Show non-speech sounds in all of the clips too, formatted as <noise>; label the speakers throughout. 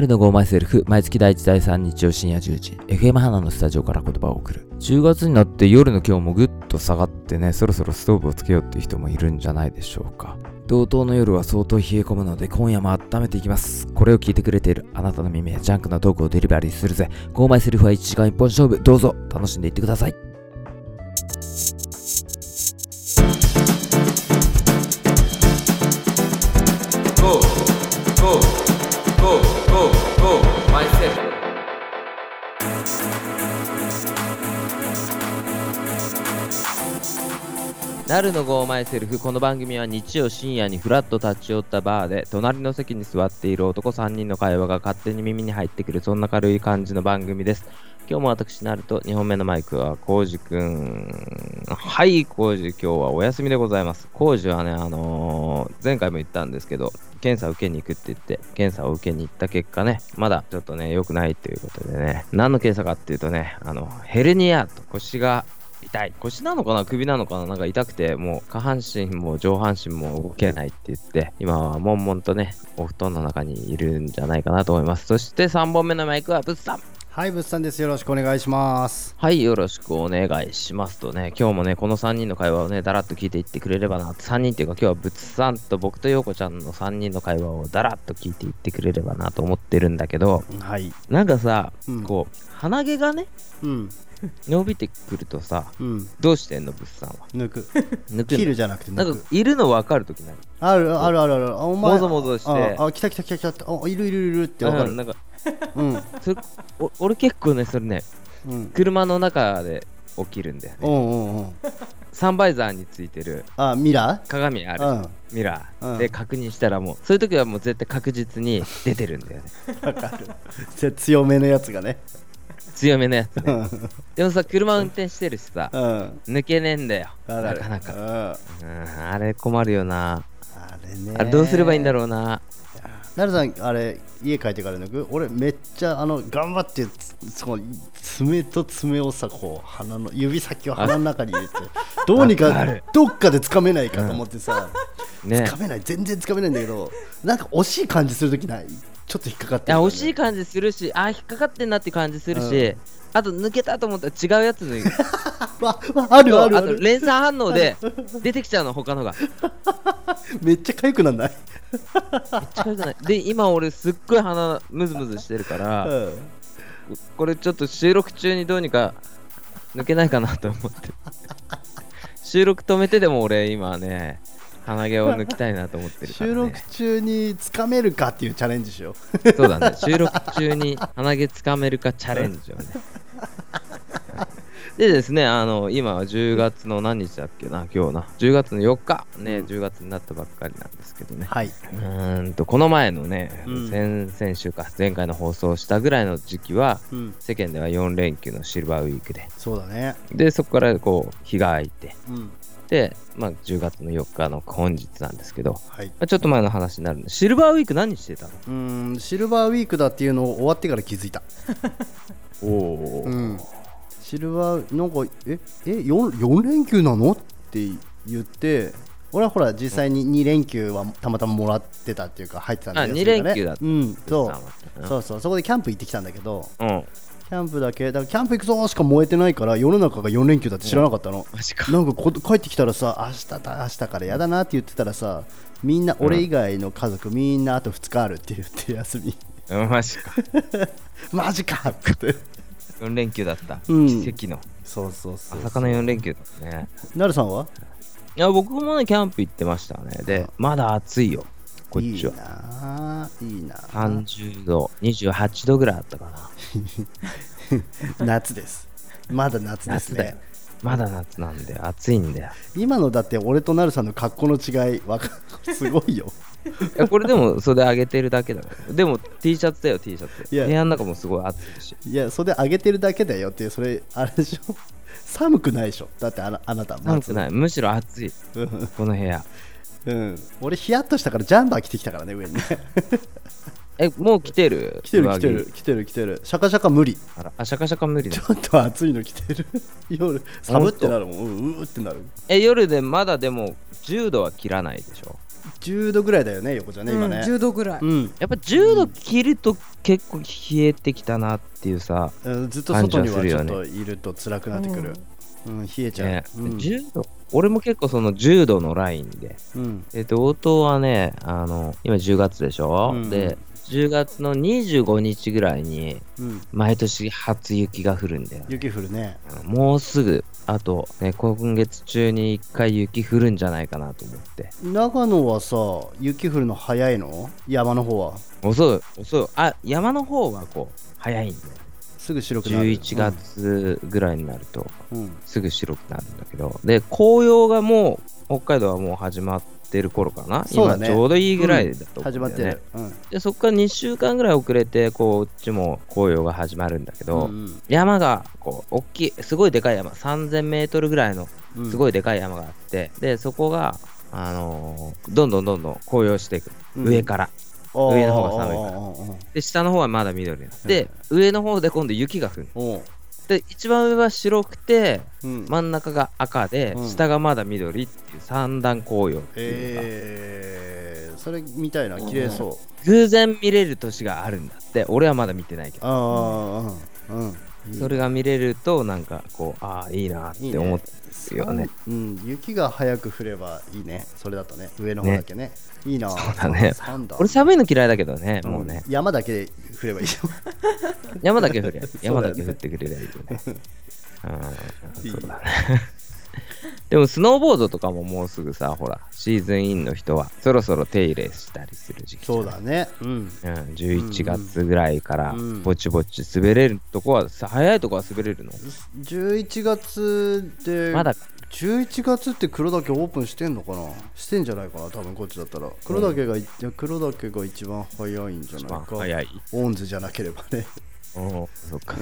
Speaker 1: ルのゴーマイセルフ、毎月第1、第3日曜深夜10時、FM 花のスタジオから言葉を送る。10月になって夜の今日もぐっと下がってね、そろそろストーブをつけようっていう人もいるんじゃないでしょうか。同等の夜は相当冷え込むので、今夜も温めていきます。これを聞いてくれているあなたの耳やジャンクなトークをデリバリーするぜ。ゴーマイセルフは1時間1本勝負、どうぞ楽しんでいってください。なるのゴーマイセルフこの番組は日曜深夜にフラッと立ち寄ったバーで隣の席に座っている男3人の会話が勝手に耳に入ってくるそんな軽い感じの番組です今日も私なると2本目のマイクはコウジくんはいコウジ今日はお休みでございますコウジはねあのー前回も言ったんですけど検査を受けに行くって言って検査を受けに行った結果ねまだちょっとね良くないということでね何の検査かっていうとねあのヘルニアと腰が痛い腰なのかな首なのかななんか痛くてもう下半身も上半身も動けないって言って今は悶々とねお布団の中にいるんじゃないかなと思いますそして3本目のマイクはブッサン
Speaker 2: はい、物産です。よろしくお願いします。
Speaker 1: はいよろしくお願いしますとね今日もねこの3人の会話をねだらっと聞いていってくれればな3人っていうか今日はブッサンと僕と陽子ちゃんの3人の会話をだらっと聞いていってくれればなと思ってるんだけど
Speaker 2: はい。
Speaker 1: なんかさ、
Speaker 2: うん
Speaker 1: こう鼻毛がね
Speaker 2: うん、
Speaker 1: 伸びてくるとさ
Speaker 2: うん、
Speaker 1: どうしてんのブッサンは
Speaker 2: 抜 <laughs> く。
Speaker 1: 抜く
Speaker 2: 切
Speaker 1: の
Speaker 2: るじゃなくて
Speaker 1: な
Speaker 2: 抜
Speaker 1: ん
Speaker 2: く
Speaker 1: か。いるの分かるときない
Speaker 2: あるあるあるある。あお前
Speaker 1: もぞもぞして
Speaker 2: あ、あ来た来た来た来たって。あ、いるいるいるってわ
Speaker 1: う
Speaker 2: か
Speaker 1: ん
Speaker 2: る。
Speaker 1: なんか
Speaker 2: うん、
Speaker 1: それお <laughs> 俺結構ねそれね
Speaker 2: うん。
Speaker 1: 車の中で起きるんだよ
Speaker 2: お
Speaker 1: ね
Speaker 2: んおんおん。
Speaker 1: サンバイザーについてる
Speaker 2: あ、ミラ
Speaker 1: 鏡ある、
Speaker 2: ー
Speaker 1: ミラー
Speaker 2: うん
Speaker 1: で確認したらもうそういう時はもう絶対確実に出てるんだよね
Speaker 2: うん。強めのやつがね。
Speaker 1: 強めのやつね
Speaker 2: うん。
Speaker 1: でもさ車運転してるしさ
Speaker 2: うん
Speaker 1: 抜けねえんだよなかな
Speaker 2: う
Speaker 1: か
Speaker 2: ん。あ
Speaker 1: うんあれ困るよな
Speaker 2: れね。
Speaker 1: あれどうすればいいんだ
Speaker 2: う。
Speaker 1: ろうな
Speaker 2: なるさん、あれ、家帰ってから抜く俺、めっちゃ、あの、頑張って、つその、爪と爪をさ、こう、鼻の、指先を鼻の中に入
Speaker 1: <laughs>
Speaker 2: れて、どうに
Speaker 1: わか
Speaker 2: か
Speaker 1: る、
Speaker 2: どっかで掴めないかと思ってさ、
Speaker 1: ね
Speaker 2: 掴めない、全然掴めないんだけど、なんか惜しい感じするときないちょっと引っかかって
Speaker 1: いや惜しい
Speaker 2: か
Speaker 1: 感じするしあー引っかかってんなって感じするし、あと抜けたと思ったら違うやつ抜く
Speaker 2: わわある
Speaker 1: そう
Speaker 2: あ
Speaker 1: あ
Speaker 2: るあ
Speaker 1: と
Speaker 2: る。
Speaker 1: 連鎖反応で出てきちゃうの他のがめっ
Speaker 2: めっちゃ痒くなんない
Speaker 1: ちゃ良くないで今俺すっごい鼻ムズムズしてるか
Speaker 2: う
Speaker 1: ら
Speaker 2: ん
Speaker 1: これちょっと収録中にどうにか抜けないかなと思って収録止めてでも俺今ね鼻毛を抜きたいなと思ってるから、ね、
Speaker 2: 収録中に掴めるかっていうチャレンジしよ
Speaker 1: そうだね収録中に鼻毛つかめるかチャレンジを
Speaker 2: <laughs>
Speaker 1: ねでですねあの今は10月の何日だっけな今日な10月の4日ね10月になったばっかりなんですけど
Speaker 2: う。
Speaker 1: ね
Speaker 2: はい。
Speaker 1: うーんとこの前のね、
Speaker 2: うん
Speaker 1: 先々週か前回の放送したぐらいの時期は
Speaker 2: うん。
Speaker 1: 世間では4連休のシルバーウィークで
Speaker 2: そうだね。
Speaker 1: でそこからこう日が空いて
Speaker 2: うん。
Speaker 1: で、まあ、10月の4日の本日なんですけど、ま
Speaker 2: はい。
Speaker 1: あ、ちょっと前の話になるんでシルバーウィーク何してたの
Speaker 2: うーん、シルバーウィークだっていうのを終わってから気づいた。
Speaker 1: <laughs> おお
Speaker 2: うん。シルバー、なんか、え、え、四四連休なのって言って、俺はほら、実際に2連休はたまたまもらってたっていうか、入ってたんだ
Speaker 1: あ
Speaker 2: よ
Speaker 1: 二連休だった
Speaker 2: うん、そう。
Speaker 1: う
Speaker 2: そうそうそこでキャンプ行ってきたんだけど
Speaker 1: うん
Speaker 2: キャンプだけだからキャンプ行くぞーしか燃えてないから世の中が4連休だって知らなかったの、
Speaker 1: マジか
Speaker 2: なんかこ帰ってきたらさ明日だ明日からやだなって言ってたらさみんな俺以外の家族みんなあと2日あるって言って休み <laughs>
Speaker 1: うんマジか
Speaker 2: マジかって
Speaker 1: 4連休だった、
Speaker 2: うん
Speaker 1: 奇跡の
Speaker 2: そうそうそう
Speaker 1: 朝から4連休だったね
Speaker 2: なるさんはい
Speaker 1: や僕もねキャンプ行ってましたねでまだ暑いよこっちはい
Speaker 2: いなあいいなあ
Speaker 1: 30度28度ぐらいあったかな
Speaker 2: 夏ですまだ夏です
Speaker 1: 夏だよ
Speaker 2: ね
Speaker 1: まだ夏なんで暑いんだよ
Speaker 2: 今のだって俺となるさんの格好の違いわか <laughs> すごいよ
Speaker 1: いやこれでも袖上げてるだけだからでも T シャツだよ T シャツ
Speaker 2: いや
Speaker 1: 部屋の中もすごい暑いし
Speaker 2: いや、それ上げてるだけだよって、それ、あれでしょ寒くないでしょだってあなあなた、
Speaker 1: 寒くないむしろ暑い
Speaker 2: うん、
Speaker 1: この部屋
Speaker 2: うん。俺、ヒヤッとしたからジャンバー着てきたからね、上にね。
Speaker 1: えもう来てる
Speaker 2: 来てる
Speaker 1: 上着
Speaker 2: 来てる来てる来てる。シャカシャカ無理。 <laughs>
Speaker 1: あらあシャカシャカ無理だ
Speaker 2: ちょっと暑いの着てる。 <laughs> 夜、寒ってなるもん。うううーってなる。
Speaker 1: え夜でまだでも10度は切らないでしょ
Speaker 2: 10度ぐらいだよね横じゃね今
Speaker 3: うん、
Speaker 2: ね
Speaker 3: 10度ぐらい、
Speaker 2: うん、
Speaker 4: やっぱ10度切ると結構冷えてきたなっていうさ、
Speaker 2: うんずっと外には
Speaker 4: 感じ
Speaker 2: ち
Speaker 4: は
Speaker 2: ょ
Speaker 4: す
Speaker 2: っ
Speaker 4: る
Speaker 2: と
Speaker 4: よ
Speaker 2: いると辛くなってくる、うん冷えちゃう、
Speaker 4: ね
Speaker 2: うん
Speaker 4: 10度俺も結構その10度のラインで
Speaker 2: うん
Speaker 4: えっと、応答はね、あの、今10月でしょ、
Speaker 2: うん
Speaker 4: で、10月の25日ぐらいに、
Speaker 2: うん、
Speaker 4: 毎年初雪が降るんだよ。
Speaker 2: 雪降るね
Speaker 4: もうすぐ、あと、ね、今月中に1回雪降るんじゃないかなと思って。
Speaker 2: 長野はさ雪降るの早いの山の方は
Speaker 4: 遅い、遅い。あ、山の方はこう、早いんだよ。
Speaker 2: すぐ白くなる
Speaker 4: 11、月ぐらいになると、
Speaker 2: うんうん
Speaker 4: すぐ白くなるんだけど、で、紅葉がもう、北海道はもう始まってる頃かな、
Speaker 2: そうだね
Speaker 4: 今ちょうどいいぐらいだと思うんだよね
Speaker 2: 始まってる、うん
Speaker 4: でそこから2週間ぐらい遅れてこうこっちも紅葉が始まるんだけど、
Speaker 2: うん
Speaker 4: 山がこう大きいすごいでかい山 3000m ぐらいの
Speaker 2: うん
Speaker 4: すごいでかい山があって、でそこが、あのーどんどんどんどん紅葉していく、
Speaker 2: うん
Speaker 4: 上から上の方が寒いから
Speaker 2: おー
Speaker 4: で下の方はまだ緑なので、上の方で今度雪が降る
Speaker 2: おーおーおー
Speaker 4: で一番上は白くて
Speaker 2: うん
Speaker 4: 真ん中が赤で、
Speaker 2: うん
Speaker 4: 下がまだ緑っていう三段紅葉っていうのが、
Speaker 2: えー、それみたいな綺麗そう
Speaker 4: 偶然見れる年があるんだって俺はまだ見てないけど
Speaker 2: ああうん、うん、
Speaker 4: それが見れるとなんかこうああいいなって思ってるよね
Speaker 2: うん、雪が早く降ればいいね、それだとね、上の方だけね。いいな。そう
Speaker 4: だね
Speaker 2: 三段。
Speaker 4: 俺寒いの嫌いだけどね、もうね
Speaker 2: ん山だけ降ればいいよ。
Speaker 4: 山だけ降
Speaker 2: <laughs>
Speaker 4: りゃ
Speaker 2: よね
Speaker 4: 山だけ降ってくれりゃいいよ
Speaker 2: <laughs>
Speaker 4: ねうんそうだね <laughs> でもスノーボードとかももうすぐさほらシーズンインの人はそろそろ手入れしたりする時期じゃ
Speaker 2: そ
Speaker 4: ないう
Speaker 2: だね。うん。
Speaker 4: うん、11月ぐらいから
Speaker 2: うん
Speaker 4: ぼちぼち滑れるとこは、さ早いとこは滑れるの
Speaker 2: 11月で、
Speaker 4: まだ
Speaker 2: 11月って黒岳オープンしてんのかなしてんじゃないかな、多分こっちだったら。黒岳がい、黒岳が一番早いんじゃない
Speaker 4: まあ
Speaker 2: か。
Speaker 4: 早い
Speaker 2: オンズじゃなければね。
Speaker 4: おそっか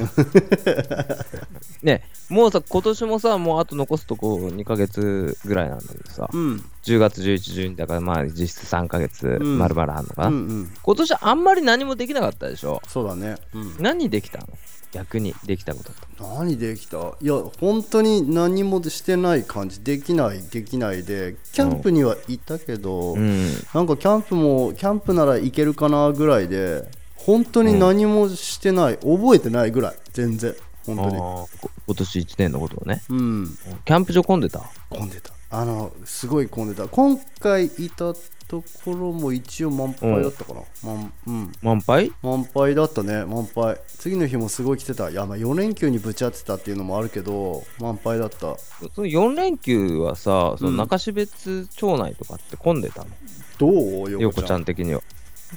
Speaker 2: <laughs>
Speaker 4: ねもうさ今年もさもうあと残すとこ2ヶ月ぐらいなんだけどさ、
Speaker 2: うん。
Speaker 4: 10月1112だからまあ実質3ヶ月
Speaker 2: うん
Speaker 4: まるまるあんのか
Speaker 2: う
Speaker 4: な、
Speaker 2: んうん。
Speaker 4: 今年あんまり何もできなかったでしょ
Speaker 2: そうだね。うん。
Speaker 4: 何できたの逆にできたことって
Speaker 2: 何できたいや本当に何もしてない感じできないできないでキャンプには行ったけど、
Speaker 4: うん
Speaker 2: なんかキャンプもキャンプなら行けるかなぐらいで本当に何もしてない、覚えてないぐらい全然本当に
Speaker 4: こ今年1年のことをね
Speaker 2: うん
Speaker 4: キャンプ場混んでた
Speaker 2: 混んでたあのすごい混んでた今回いたところも一応満杯だったかな、満うん
Speaker 4: 満杯
Speaker 2: 満杯だったね満杯次の日もすごい来てたいやまあ4連休にぶち当てたっていうのもあるけど満杯だった
Speaker 4: その4連休はさその
Speaker 2: うん
Speaker 4: 中標津町内とかって混んでたの、
Speaker 2: どう
Speaker 4: よ
Speaker 2: よ
Speaker 4: こ
Speaker 2: こ
Speaker 4: ちゃん的には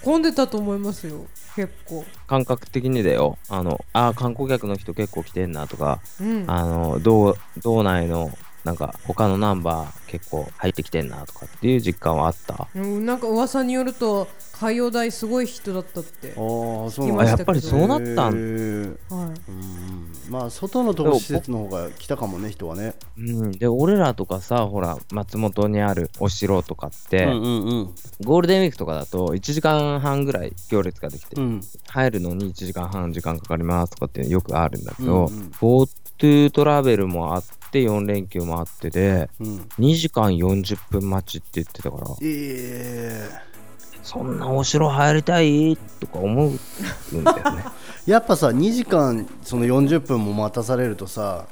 Speaker 3: 混んでたと思いますよ結構
Speaker 4: 感覚的にだよあのあー観光客の人結構来てんなとか
Speaker 3: うん
Speaker 4: あの道道内のなんか他のナンバー結構入ってきてんなとかっていう実感はあった
Speaker 3: うんなんか噂によると海洋大すごい人だったっては
Speaker 2: ああそう
Speaker 3: い
Speaker 2: なん
Speaker 4: あ
Speaker 3: ま
Speaker 2: だ
Speaker 4: や
Speaker 3: し
Speaker 4: ったぱ
Speaker 3: けど
Speaker 4: りそうなった
Speaker 2: へ
Speaker 4: ん
Speaker 2: ー
Speaker 3: い
Speaker 2: うんまあ外のところ施設の方が来たかもね人はね
Speaker 4: うん、で俺らとかさほら松本にあるお城とかって、
Speaker 2: うんうん
Speaker 4: ゴールデンウィークとかだと1時間半ぐらい行列ができて、
Speaker 2: うん
Speaker 4: 入るのに1時間半時間かかりますとかってよくあるんだけど、
Speaker 2: うんうん
Speaker 4: GoTo トラベルもあって4連休もあってで
Speaker 2: うん
Speaker 4: 2時間40分待ちって言ってたから
Speaker 2: え
Speaker 4: そんなお城入りたいとか思うんだよ
Speaker 2: <laughs>
Speaker 4: ね
Speaker 2: えやっぱさ2時間その40分も待たされるとさ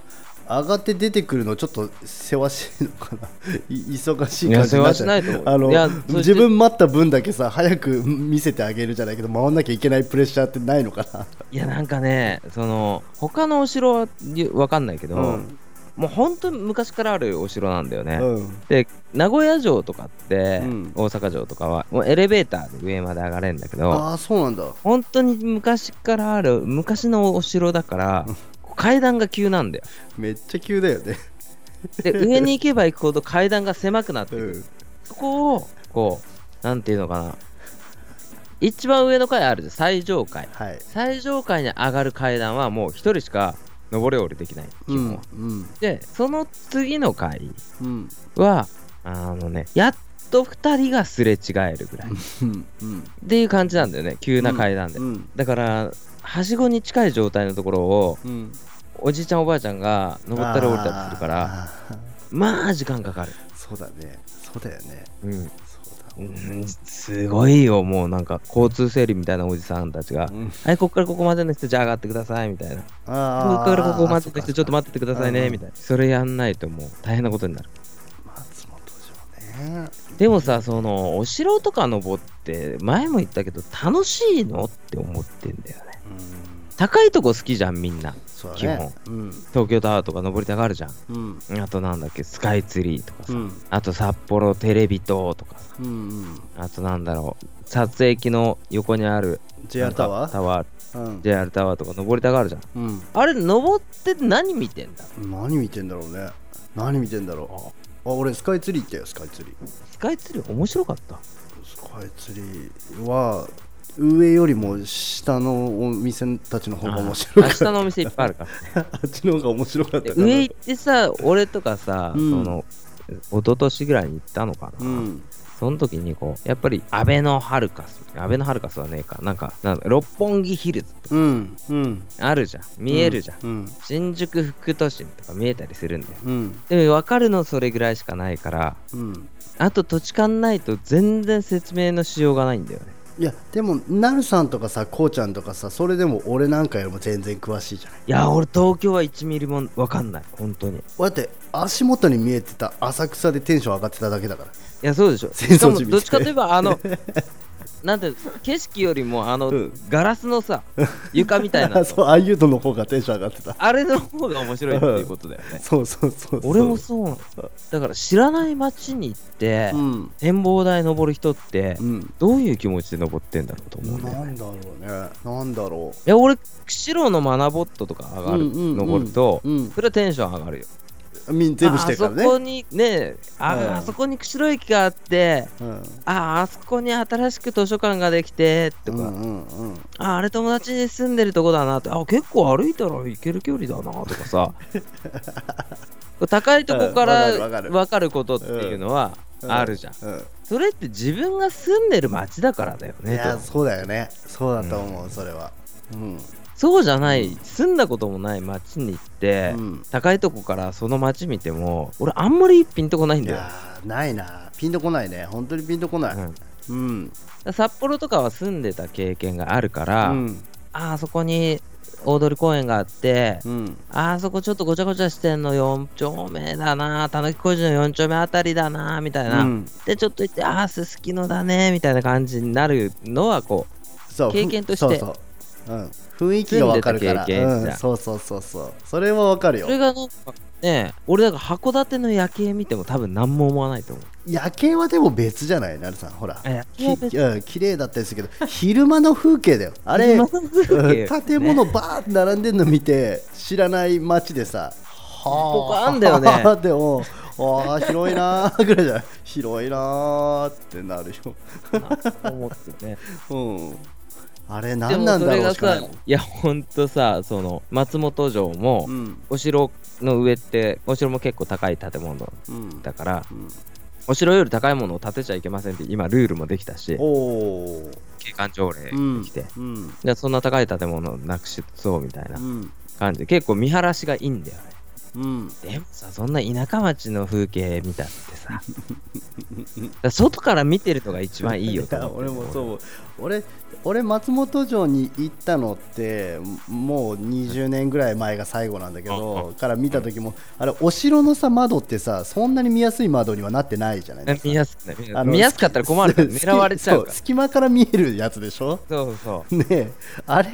Speaker 2: 上がって出てくるのちょっとせわしいのかない忙しい
Speaker 4: いや
Speaker 2: 感じ
Speaker 4: 世
Speaker 2: になっ
Speaker 4: 話
Speaker 2: ち
Speaker 4: し
Speaker 2: ゃ
Speaker 4: な
Speaker 2: う
Speaker 4: いと思う
Speaker 2: あの
Speaker 4: いやそして
Speaker 2: 自分待った分だけさ早く見せてあげるじゃないけど回んなきゃいけないプレッシャーってないのかない
Speaker 4: やなんかねその他のお城は分かんないけど、
Speaker 2: うん
Speaker 4: もうほんと昔からあるお城なんだよね、
Speaker 2: うん
Speaker 4: で名古屋城とかって、
Speaker 2: うん
Speaker 4: 大阪城とかはもうエレベーターで上まで上がれるんだけど
Speaker 2: ああそうなんだ
Speaker 4: 本当に昔からある昔のお城だから階段が急なんだよ
Speaker 2: めっちゃ急だよね <laughs>
Speaker 4: で上に行けば行くほど階段が狭くなってくる、
Speaker 2: うん
Speaker 4: そこをこうなんていうのかな一番上の階あるじゃん最上階
Speaker 2: はい
Speaker 4: 最上階に上がる階段はもう一人しか上れ下りできない、基本は
Speaker 2: うん
Speaker 4: でその次の階
Speaker 2: うん
Speaker 4: はあのねやっと2人がすれ違えるぐらい
Speaker 2: うんうん
Speaker 4: っていう感じなんだよね急な階段で、
Speaker 2: うん
Speaker 4: だからはしごに近い状態のところを
Speaker 2: うん
Speaker 4: おじいちゃんおばあちゃんが登ったり降りたりするから
Speaker 2: あー
Speaker 4: まあ時間かかる、
Speaker 2: そうだねそうだよね
Speaker 4: うん、
Speaker 2: そうだ
Speaker 4: うんすごいよ、もうなんか交通整理みたいなおじさんたちが、
Speaker 2: うん
Speaker 4: はい、ここからここまでの人、じゃあ上がってくださいみたいな、こ
Speaker 2: あ
Speaker 4: こからここまでの人、ちょっと
Speaker 2: 待
Speaker 4: 待っててくださいねみたいな、それやんないともう大変なことになる。
Speaker 2: 松本城ね
Speaker 4: でもさ、そのお城とか登って、前も言ったけど、楽しいのって思ってんだよね。
Speaker 2: うん
Speaker 4: 高いとこ好きじゃん、みんな。
Speaker 2: そう
Speaker 4: 基
Speaker 2: だね
Speaker 4: 本
Speaker 2: うん
Speaker 4: 東京タワーとか登りたがるじゃん。
Speaker 2: うん
Speaker 4: あとなんだっけ、スカイツリーとかさ、
Speaker 2: うん
Speaker 4: あと札幌テレビ塔とかさ、
Speaker 2: うんうん
Speaker 4: あとなんだろう、撮影機の横にある
Speaker 2: JR タワ
Speaker 4: なんか
Speaker 2: ー
Speaker 4: タワー、
Speaker 2: うん、
Speaker 4: JR タワーとか登りたがるじゃん。
Speaker 2: うん、
Speaker 4: あれ、登って何見てんだ
Speaker 2: 何見てんだろうね何見てんだろうあ俺スカイツリー行ったよスカイツリー
Speaker 4: スカイツリー面白かった。
Speaker 2: スカイツリーは上よりも下のお店たちの方が面白
Speaker 4: あ
Speaker 2: かっ
Speaker 4: 明日
Speaker 2: たあ
Speaker 4: のお店いっぱいあるから。
Speaker 2: っちの方が面白かっ
Speaker 4: で
Speaker 2: た
Speaker 4: 上行ってさ、俺とかさ、
Speaker 2: うん
Speaker 4: その、一昨年ぐらいに行ったのかな、
Speaker 2: うん
Speaker 4: その時にこう、やっぱり、アベノハルカス、アベノハルカスはねえか、なんか、なんだ六本木ヒルズとか
Speaker 2: うんうん
Speaker 4: あるじゃん、見えるじゃん。
Speaker 2: うん
Speaker 4: 新宿副都心とか見えたりするんだよ。
Speaker 2: うん
Speaker 4: でも分かるのそれぐらいしかないから、
Speaker 2: うん
Speaker 4: あと土地勘ないと全然説明のしようがないんだよね。
Speaker 2: いやでもなるさんとかさこうちゃんとかさそれでも俺なんかよりも全然詳しいじゃない
Speaker 4: いや、俺東京は1ミリも分かんない、本当に。い
Speaker 2: だって足元に見えてた浅草でテンション上がってただけだから
Speaker 4: や、そうでしょ。
Speaker 2: 戦
Speaker 4: しか
Speaker 2: 争
Speaker 4: も
Speaker 2: 地みたい
Speaker 4: どっちかといえば、
Speaker 2: <laughs>
Speaker 4: あの、なんていうの景色よりもあの、
Speaker 2: うん
Speaker 4: ガラス
Speaker 2: <laughs>
Speaker 4: のさ、床みたいな
Speaker 2: あ <laughs> そうああいうのの方がテンション上がってた
Speaker 4: あれの方が面白いっていうことだよね。
Speaker 2: そうそうそうそう
Speaker 4: 俺もそうなの。だから知らない街に行って、
Speaker 2: うん
Speaker 4: 展望台登る人って、
Speaker 2: うん
Speaker 4: どういう気持ちで登ってんだろうと思うんだ
Speaker 2: な
Speaker 4: よね
Speaker 2: んだろうねなんだろ
Speaker 4: いや俺白のマナボットとか上がる、
Speaker 2: うんうんうん
Speaker 4: 登ると、
Speaker 2: うん
Speaker 4: それはテンション上がるよ
Speaker 2: うみん全部してるから
Speaker 4: ああそこ
Speaker 2: ね
Speaker 4: にねあ,、
Speaker 2: うん
Speaker 4: あそこに釧路駅があって
Speaker 2: うん
Speaker 4: ああそこに新しく図書館ができてとか、
Speaker 2: うんうんうん
Speaker 4: ああれ友達に住んでるとこだなってあ結構歩いたら行ける距離だなと
Speaker 2: <laughs>
Speaker 4: かさ高いとこか
Speaker 2: うんわか
Speaker 4: ら
Speaker 2: るわかる
Speaker 4: 分かることっていうのはあるじゃん、
Speaker 2: うん
Speaker 4: それって自分が住んでる町だからだよ
Speaker 2: い
Speaker 4: ね
Speaker 2: や
Speaker 4: と
Speaker 2: そうだよねそうだと思うそれはうん
Speaker 4: そうじゃない住んだこともない町に行って、
Speaker 2: うん
Speaker 4: 高いとこからその街見ても俺あんまりピンとこないん
Speaker 2: い
Speaker 4: だよだか
Speaker 2: やーないなピンとこないね本当にピンとこない
Speaker 4: うん
Speaker 2: うん
Speaker 4: ら札幌とかは住んでた経験があるか
Speaker 2: う
Speaker 4: ら、
Speaker 2: ん
Speaker 4: ああそこに大通公園があって、
Speaker 2: うん
Speaker 4: あそこちょっとごちゃごちゃしてんの4丁目だなたぬき工事の4丁目あたりだなみたいな、
Speaker 2: うん
Speaker 4: でちょっと行ってああすすきのだねみたいな感じになるのはこう
Speaker 2: そう
Speaker 4: 経験として
Speaker 2: そうそううん雰囲気がわかるから
Speaker 4: 住んでた経験じゃん
Speaker 2: うんそうそうそうそうそれはわかるよ
Speaker 4: それがなんかね俺だから函館の夜景見ても多分何も思わないと思う
Speaker 2: 夜景はでも別じゃないなるさんほら
Speaker 4: あ夜
Speaker 2: き
Speaker 4: 景は別
Speaker 2: うん綺麗だったりするけど昼間の風景だよあれ
Speaker 4: 昼間の風景
Speaker 2: うん
Speaker 4: ね
Speaker 2: 建物バーって並んでるの見て知らない街でさ
Speaker 4: ここ
Speaker 2: は
Speaker 4: あんだよね
Speaker 2: あ <laughs> でもあー広いなーぐらいじゃない広いなーってなるよ
Speaker 4: 思ってね
Speaker 2: うんあれ
Speaker 4: で
Speaker 2: 何
Speaker 4: も
Speaker 2: なん
Speaker 4: そ
Speaker 2: だ
Speaker 4: れ
Speaker 2: ろう
Speaker 4: が
Speaker 2: しかない
Speaker 4: さ
Speaker 2: もん
Speaker 4: いやほんとさその松本城も、
Speaker 2: うん
Speaker 4: お城の上ってお城も結構高い建物
Speaker 2: うん
Speaker 4: だから
Speaker 2: うん
Speaker 4: お城より高いものを建てちゃいけませんって今ルールもできたし
Speaker 2: おおー
Speaker 4: 景観条例で
Speaker 2: うん
Speaker 4: きて、
Speaker 2: うん
Speaker 4: じゃあそんな高い建物をなくしそうみたいな
Speaker 2: うん
Speaker 4: 感じで結構見晴らしがいいんだよね
Speaker 2: うん
Speaker 4: でもさそんな田舎町の風景見たって
Speaker 2: <laughs>
Speaker 4: さだから外から見てるのが一番いいよと
Speaker 2: や
Speaker 4: 思っ
Speaker 2: <laughs> 俺
Speaker 4: て
Speaker 2: もそう思う俺俺松本城に行ったのってもう20年ぐらい前が最後なんだけどから見た時もあれお城のさ窓ってさそんなに見やすい窓にはなってないじゃないですか
Speaker 4: 見やすくない見や
Speaker 2: あ
Speaker 4: す
Speaker 2: の
Speaker 4: 見やすかったら困るから
Speaker 2: 隙
Speaker 4: 狙われちゃうから
Speaker 2: そ隙間から見えるやつでしょ
Speaker 4: そうそう
Speaker 2: ねえあれ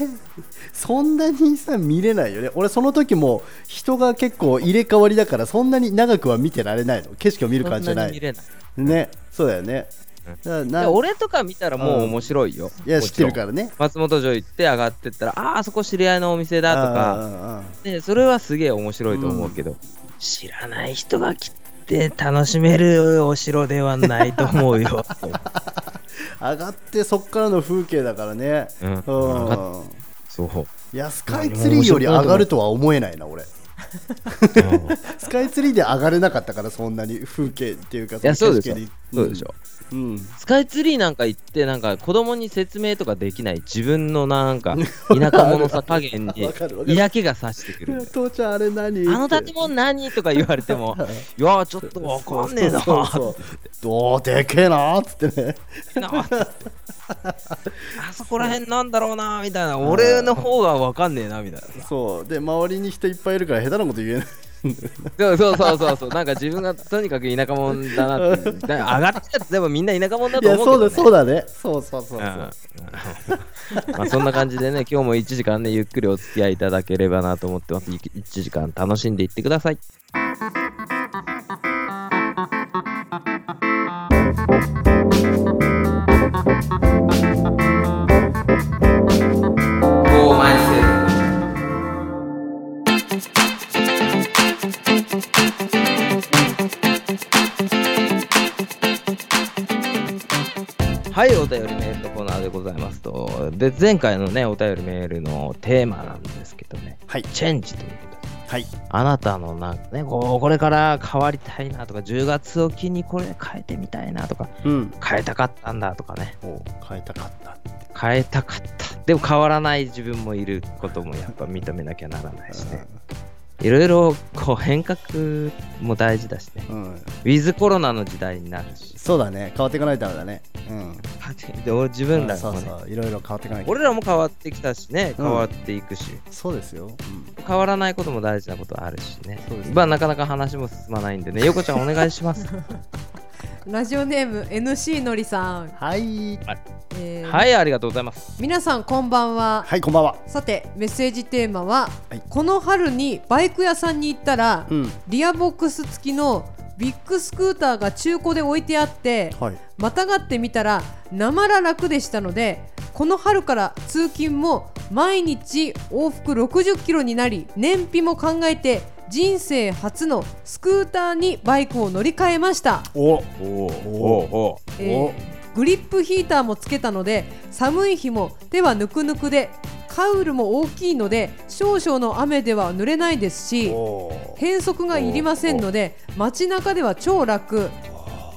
Speaker 2: そんなにさ見れないよね俺その時も人が結構入れ替わりだからそんなに長くは見てられないの景色を見る感じじゃな
Speaker 4: そんに見
Speaker 2: い
Speaker 4: れない
Speaker 2: ねそうだよね
Speaker 4: うん
Speaker 2: だから
Speaker 4: で
Speaker 2: な
Speaker 4: 俺とか見たらもう面白いよ、
Speaker 2: いや
Speaker 4: も
Speaker 2: 知っ
Speaker 4: ち
Speaker 2: て
Speaker 4: ろん
Speaker 2: るからね
Speaker 4: 松本城行って上がってったらあーあそこ知り合いのお店だとか
Speaker 2: か
Speaker 4: でそれはすげえ面白いと思うけど、知らない人が来て楽しめるお城ではないと思うよ、
Speaker 2: 上がってそっからの風景だからね
Speaker 4: うん
Speaker 2: うん
Speaker 4: 上が <laughs> そう
Speaker 2: いやスカイツリーより上がるとは思えない
Speaker 4: <laughs>
Speaker 2: な俺スカイツリーで上がれなかったからそんなに風景っていうか
Speaker 4: いやそうでし
Speaker 2: の
Speaker 4: ょ
Speaker 2: 景色に
Speaker 4: そうでし
Speaker 2: う
Speaker 4: ょ、
Speaker 2: ん
Speaker 4: スカイツリーなんか行ってなんか子供に説明とかできない自分のなん <laughs> か田舎者さ加減に
Speaker 2: わかるわかる
Speaker 4: 嫌気がさしてくるんだよ
Speaker 2: 父ちゃんあれ何
Speaker 4: あの建物何とか言われて <laughs> もいやちょっとわかんねえな
Speaker 2: そうそうどうでけえなーっつってね
Speaker 4: なってあそこら辺なんだろうなみたいな俺の方がわかんねえなみたいな
Speaker 2: そうで周りに人いっぱいいるから下手なこと言えない
Speaker 4: そうそうそうそうそうなんか自分がとにかく田舎者だなっていうだから上がってきたってでもみんな田舎者だ
Speaker 2: い
Speaker 4: と
Speaker 2: や
Speaker 4: 思う
Speaker 2: そうだ
Speaker 4: けど、ね、
Speaker 2: そうだねそうそうそうそう
Speaker 4: うんまあそんな感じでね今日も1時間ねゆっくりお付き合いいただければなと思ってますい1時間楽しんでいってくださいはいお便りメールのコーナーでございますとで前回のねお便りメールのテーマなんですけどね
Speaker 2: はい
Speaker 4: チェンジということで
Speaker 2: はい
Speaker 4: あなたのなんかねこうこれから変わりたいなとか10月を機にこれ変えてみたいなとか
Speaker 2: うん
Speaker 4: 変えたかったんだとかね
Speaker 2: お変えたかった
Speaker 4: 変えたかったでも変わらない自分もいることもやっぱ認めなきゃならないしねいろいろこう変革も大事だしね
Speaker 2: うん
Speaker 4: ウィズコロナの時代になるし <laughs>
Speaker 2: そうだね変わっていかないとダメだねうん
Speaker 4: で俺自分ら
Speaker 2: そ
Speaker 4: も
Speaker 2: う
Speaker 4: ね
Speaker 2: そういろいろ変わっていかないと
Speaker 4: 俺らも変わってきたしね
Speaker 2: うん
Speaker 4: 変わっていくし、
Speaker 2: そうですよ、
Speaker 4: 変わらないことも大事なことあるしね
Speaker 2: そうですね
Speaker 4: まあなかなか話も進まないんでね横ちゃんお願いします
Speaker 2: <laughs>
Speaker 3: ラジオネーム NC のりさん、
Speaker 2: はい
Speaker 3: えー
Speaker 4: はいありがとうございます
Speaker 3: 皆さんこんばんは、
Speaker 2: はいこんばんは
Speaker 3: さてメッセージテーマは、
Speaker 2: はい
Speaker 3: この春にバイク屋さんに行ったら、
Speaker 2: うん
Speaker 3: リアボックス付きのビッグスクーターが中古で置いてあって、
Speaker 2: はい
Speaker 3: またがってみたらなまら楽でしたのでこの春から通勤も毎日往復60キロになり燃費も考えて人生初のスクーターにバイクを乗り換えました、
Speaker 2: お
Speaker 4: お
Speaker 2: お
Speaker 3: えー
Speaker 2: お
Speaker 3: グリップヒーターもつけたので寒い日も手はぬくぬくでカウルも大きいので少々の雨では濡れないですし
Speaker 2: お
Speaker 3: 変則がいりませんので街中では超楽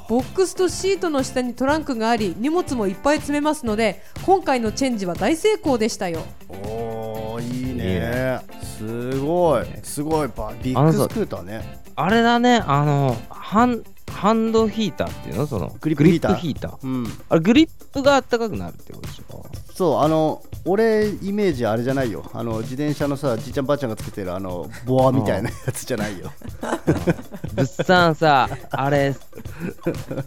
Speaker 3: ボックスとシートの下にトランクがあり荷物もいっぱい詰めますので今回のチェンジは大成功でしたよ
Speaker 2: おおいい
Speaker 4: いい
Speaker 2: ねすごいすごいばビ
Speaker 4: あ
Speaker 2: ッ
Speaker 4: の
Speaker 2: グ
Speaker 4: さ
Speaker 2: スクーターね
Speaker 4: あれだねあのハンハンドヒーターっていうのその
Speaker 2: グリップヒーター
Speaker 4: グリップヒータ
Speaker 2: う
Speaker 4: ー
Speaker 2: ん
Speaker 4: あれグリップがあったかくなるってことでしょ
Speaker 2: そうあの俺イメージあれじゃないよあの自転車のさじいちゃんばあちゃんがつけてるあのボアみたいなやつじゃないよ
Speaker 4: 物産さあれ